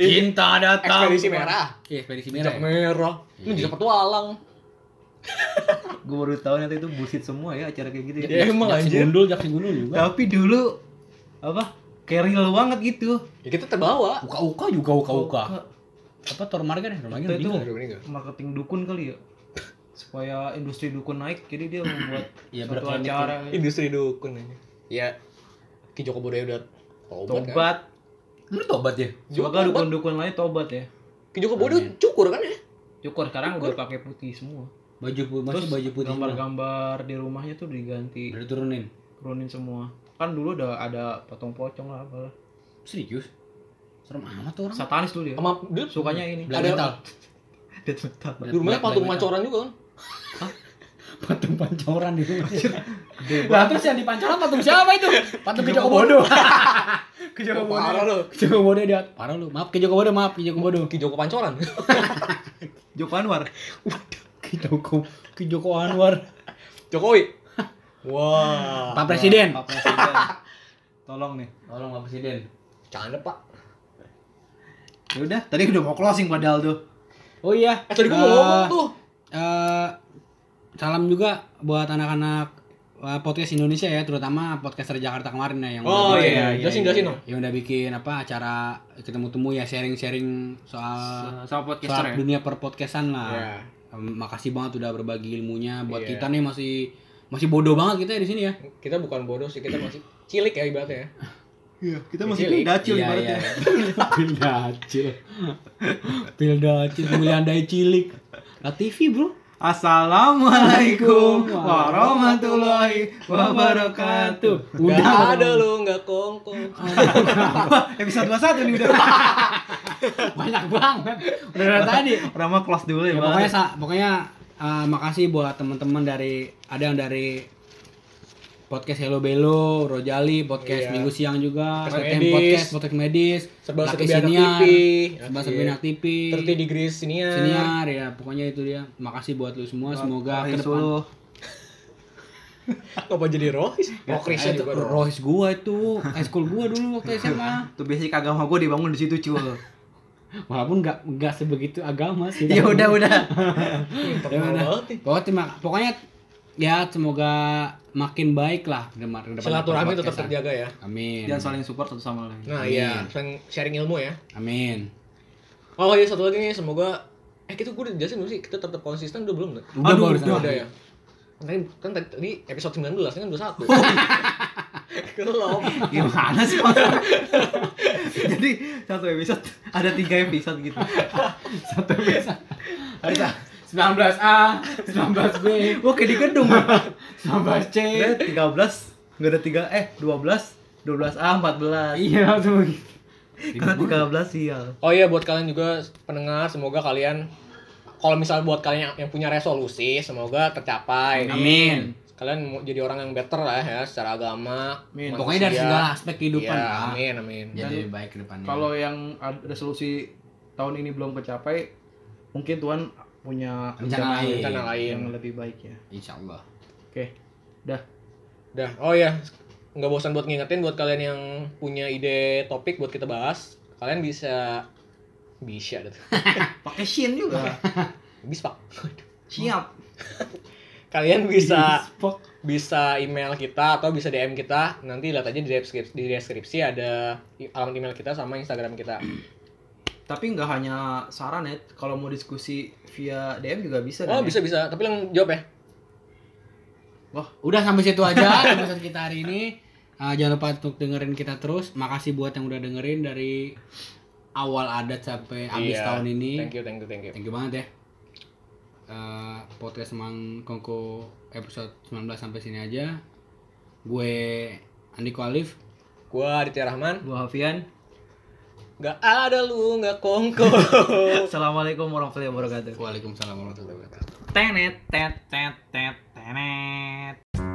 Speaker 2: cinta datang.
Speaker 1: Ekspedisi merah.
Speaker 2: Iya, ekspedisi merah.
Speaker 1: Jejak
Speaker 2: ya?
Speaker 1: merah. Lu
Speaker 3: Iya.
Speaker 1: bisa petualang.
Speaker 3: Gue baru tahu nanti itu bullshit semua ya acara kayak gitu ya.
Speaker 1: Ya emang
Speaker 2: Jak si
Speaker 1: anjir.
Speaker 2: gundul, jak si gundul juga.
Speaker 3: Tapi dulu apa? Kayak real banget gitu.
Speaker 1: Ya kita terbawa.
Speaker 2: Uka-uka juga uka-uka. Apa Tor Marga deh? Tor Marga
Speaker 3: Itu- itu.
Speaker 2: meninggal.
Speaker 1: Aduh, meninggal.
Speaker 3: Marketing dukun kali ya. Supaya industri dukun naik, jadi dia membuat
Speaker 2: Ya,
Speaker 3: suatu
Speaker 2: berkreatif.
Speaker 3: acara.
Speaker 1: Industri dukun aja. Ya. Ki Joko Budoyo udah tobat kan.
Speaker 3: Tobat.
Speaker 2: Lu tobat ya?
Speaker 3: Semoga dukun-dukun lain tobat ya.
Speaker 1: Ki Joko Budoyo cukur kan ya?
Speaker 3: Cukur sekarang udah pakai putih semua.
Speaker 2: Baju putih, masih
Speaker 3: Terus
Speaker 2: baju putih. semua.
Speaker 3: gambar-gambar di rumahnya tuh diganti
Speaker 2: Udah turunin.
Speaker 3: turunin semua. Kan dulu udah ada potong-pocong lah apalah.
Speaker 2: Serius? Serem amat tuh orang.
Speaker 3: Satanis dulu ya.
Speaker 1: Sama dia
Speaker 3: Sukanya ini.
Speaker 2: Black
Speaker 1: Ada-
Speaker 2: metal.
Speaker 3: Death metal.
Speaker 1: di rumahnya
Speaker 2: Black-
Speaker 1: patung
Speaker 2: black metal.
Speaker 1: macoran juga kan.
Speaker 2: Patung pancoran di rumah. Lah terus yang di pancoran patung siapa itu? Patung Kijoko Bodo. Kijoko
Speaker 1: Parah
Speaker 2: Bodo.
Speaker 1: lu.
Speaker 2: Kijoko Bodo dia. Parah lu. Maaf Kijoko Bodo, maaf Kijoko Bodo.
Speaker 1: Ki Joko Pancoran.
Speaker 3: Joko Anwar.
Speaker 2: Kijoko Kijoko Anwar.
Speaker 1: Jokowi. Wah.
Speaker 2: Pak Presiden.
Speaker 3: Pak Presiden. Tolong nih.
Speaker 2: Tolong Pak Presiden.
Speaker 1: Canda, Pak.
Speaker 3: Ya udah, tadi udah mau closing padahal tuh.
Speaker 2: Oh iya.
Speaker 1: Eh, tadi gua mau
Speaker 2: Eh,
Speaker 1: ngomong tuh.
Speaker 2: eh salam juga buat anak-anak eh, podcast Indonesia ya, terutama podcaster Jakarta kemarin ya yang
Speaker 1: Oh
Speaker 2: udah bikin-
Speaker 1: iya,
Speaker 3: iya,
Speaker 1: jelasin
Speaker 3: iya,
Speaker 1: jelasin
Speaker 3: iya.
Speaker 1: dong.
Speaker 2: yang udah bikin apa acara ketemu temu ya sharing-sharing soal
Speaker 3: Sama
Speaker 2: soal
Speaker 3: podcaster ya.
Speaker 2: dunia perpodcastan lah.
Speaker 1: Iya.
Speaker 2: Em, Makasih banget udah berbagi ilmunya buat
Speaker 1: Iya.
Speaker 2: kita nih masih masih bodoh banget kita ya di sini ya.
Speaker 1: Kita bukan bodoh sih, kita masih cilik ya ibaratnya. ya.
Speaker 3: Iya, kita masih
Speaker 1: Kecil,
Speaker 3: pilih
Speaker 1: iya.
Speaker 3: dacil
Speaker 2: Iya,
Speaker 3: ibaratnya.
Speaker 2: iya. Pil dacil. Pil dacil pemilihan dai cilik. La TV, Bro.
Speaker 3: Assalamualaikum warahmatullahi wabarakatuh.
Speaker 1: Udah
Speaker 2: Udah
Speaker 1: ada lo, nggak kongkong.
Speaker 3: Episode 21 nih udah.
Speaker 2: banyak banget. Udah dari tadi.
Speaker 3: Rama close dulu
Speaker 1: Iya,
Speaker 3: ya,
Speaker 2: Ya,
Speaker 3: Bang.
Speaker 2: pokoknya sa- pokoknya eh, makasih buat teman-teman dari ada yang dari podcast Hello Belo, Rojali, podcast
Speaker 1: Iya.
Speaker 2: Minggu Siang juga,
Speaker 1: Podcast
Speaker 2: Setem
Speaker 1: medis.
Speaker 2: podcast, podcast medis,
Speaker 1: Serba
Speaker 2: Laki
Speaker 1: serbi anak
Speaker 2: Siniar,
Speaker 1: TV.
Speaker 2: Sebab
Speaker 1: Iya.
Speaker 2: Serbinak TV,
Speaker 1: 30 degrees siniar.
Speaker 2: Siniar, ya pokoknya itu dia. Makasih buat lu semua, semoga ke
Speaker 3: Rohis
Speaker 2: depan.
Speaker 3: dulu.
Speaker 1: Ah, Kenapa jadi rohis? Mau krisnya
Speaker 2: Eh, itu
Speaker 1: juga rohis.
Speaker 2: Rohis gua itu, high school gua dulu waktu SMA.
Speaker 3: Tuh biasanya kagak mau gue dibangun di situ cuy.
Speaker 2: Walaupun nggak nggak sebegitu agama sih.
Speaker 3: ya udah udah.
Speaker 1: Ya Terkenal
Speaker 2: udah.
Speaker 1: banget nih.
Speaker 2: Pokoknya, terima- pokoknya ya semoga makin baik lah ke depan. ke depan-
Speaker 1: Silaturahmi tetap
Speaker 2: podcastan.
Speaker 1: terjaga ya.
Speaker 2: Amin.
Speaker 3: Jangan saling support satu sama lain.
Speaker 1: Nah
Speaker 2: Amin.
Speaker 1: iya, sering sharing ilmu ya.
Speaker 2: Amin.
Speaker 1: Oh iya satu lagi nih, semoga eh kita gue udah jelasin belum sih kita tetap konsisten udah belum? Udah,
Speaker 2: Udah
Speaker 3: Aduh,
Speaker 2: baru
Speaker 3: udah.
Speaker 1: udah
Speaker 2: sama.
Speaker 1: ya. Kan, kan tadi- tadi episode 19 ini kan udah satu. Belum.
Speaker 3: Gimana sih maksudnya? Jadi satu episode ada tiga episode gitu.
Speaker 2: Satu bisa. Ada 19A, 19B,
Speaker 3: Gue kayak di gedung. Udah
Speaker 2: 19C.
Speaker 3: 13, nggak ada tiga eh 12 12A 14.
Speaker 2: Iya, langsung begitu.
Speaker 3: Karena 13 sial.
Speaker 1: Oh iya buat kalian juga pendengar, semoga kalian kalau misalnya buat kalian yang- yang punya resolusi, semoga tercapai.
Speaker 2: Amin.
Speaker 1: Kalian mau jadi orang yang better lah ya secara agama.
Speaker 3: Amin.
Speaker 1: manusia.
Speaker 2: Pokoknya dari segala aspek kehidupan
Speaker 1: Iya,
Speaker 2: lah.
Speaker 1: amin, amin.
Speaker 2: Jadi lebih baik ke depannya.
Speaker 4: Kalau yang ad- resolusi tahun ini belum tercapai, mungkin Tuhan punya
Speaker 2: rencana lain,
Speaker 1: Rencana lain.
Speaker 4: yang lebih baik ya.
Speaker 2: insyaallah.
Speaker 4: Oke, dah.
Speaker 1: Dah. Oh ya, nggak bosan buat ngingetin buat kalian yang punya ide topik buat kita bahas, kalian bisa bisa gitu.
Speaker 3: Pakai shin juga.
Speaker 1: Bisa. Pak.
Speaker 3: Siap.
Speaker 1: Kalian bisa
Speaker 2: Spok.
Speaker 1: bisa email kita atau bisa DM kita. Nanti lihat aja di deskripsi, di deskripsi ada i- alamat email kita sama Instagram kita.
Speaker 4: Tapi nggak hanya saran ya, kalau mau diskusi via DM juga bisa. kan ya?
Speaker 1: Oh, bisa bisa. Tapi yang jawab ya.
Speaker 2: Udah sampai situ aja episode kita hari ini. Ah, jangan lupa untuk dengerin kita terus. Makasih buat yang udah dengerin dari awal adat sampai habis
Speaker 1: Iya.
Speaker 2: tahun ini.
Speaker 1: Thank you, thank you, thank you.
Speaker 2: Thank you banget ya. Eh, podcast Mang Kongko episode 19 sampai sini aja. Gue Andiko Alif.
Speaker 1: Gua Aditya Rahman.
Speaker 3: Gua Hafian.
Speaker 1: Gak ada lu, gak kongko.
Speaker 3: Assalamualaikum warahmatullahi wabarakatuh.
Speaker 2: Waalaikumsalam warahmatullahi wabarakatuh.
Speaker 3: Tenet, tet, tet, tet, tenet.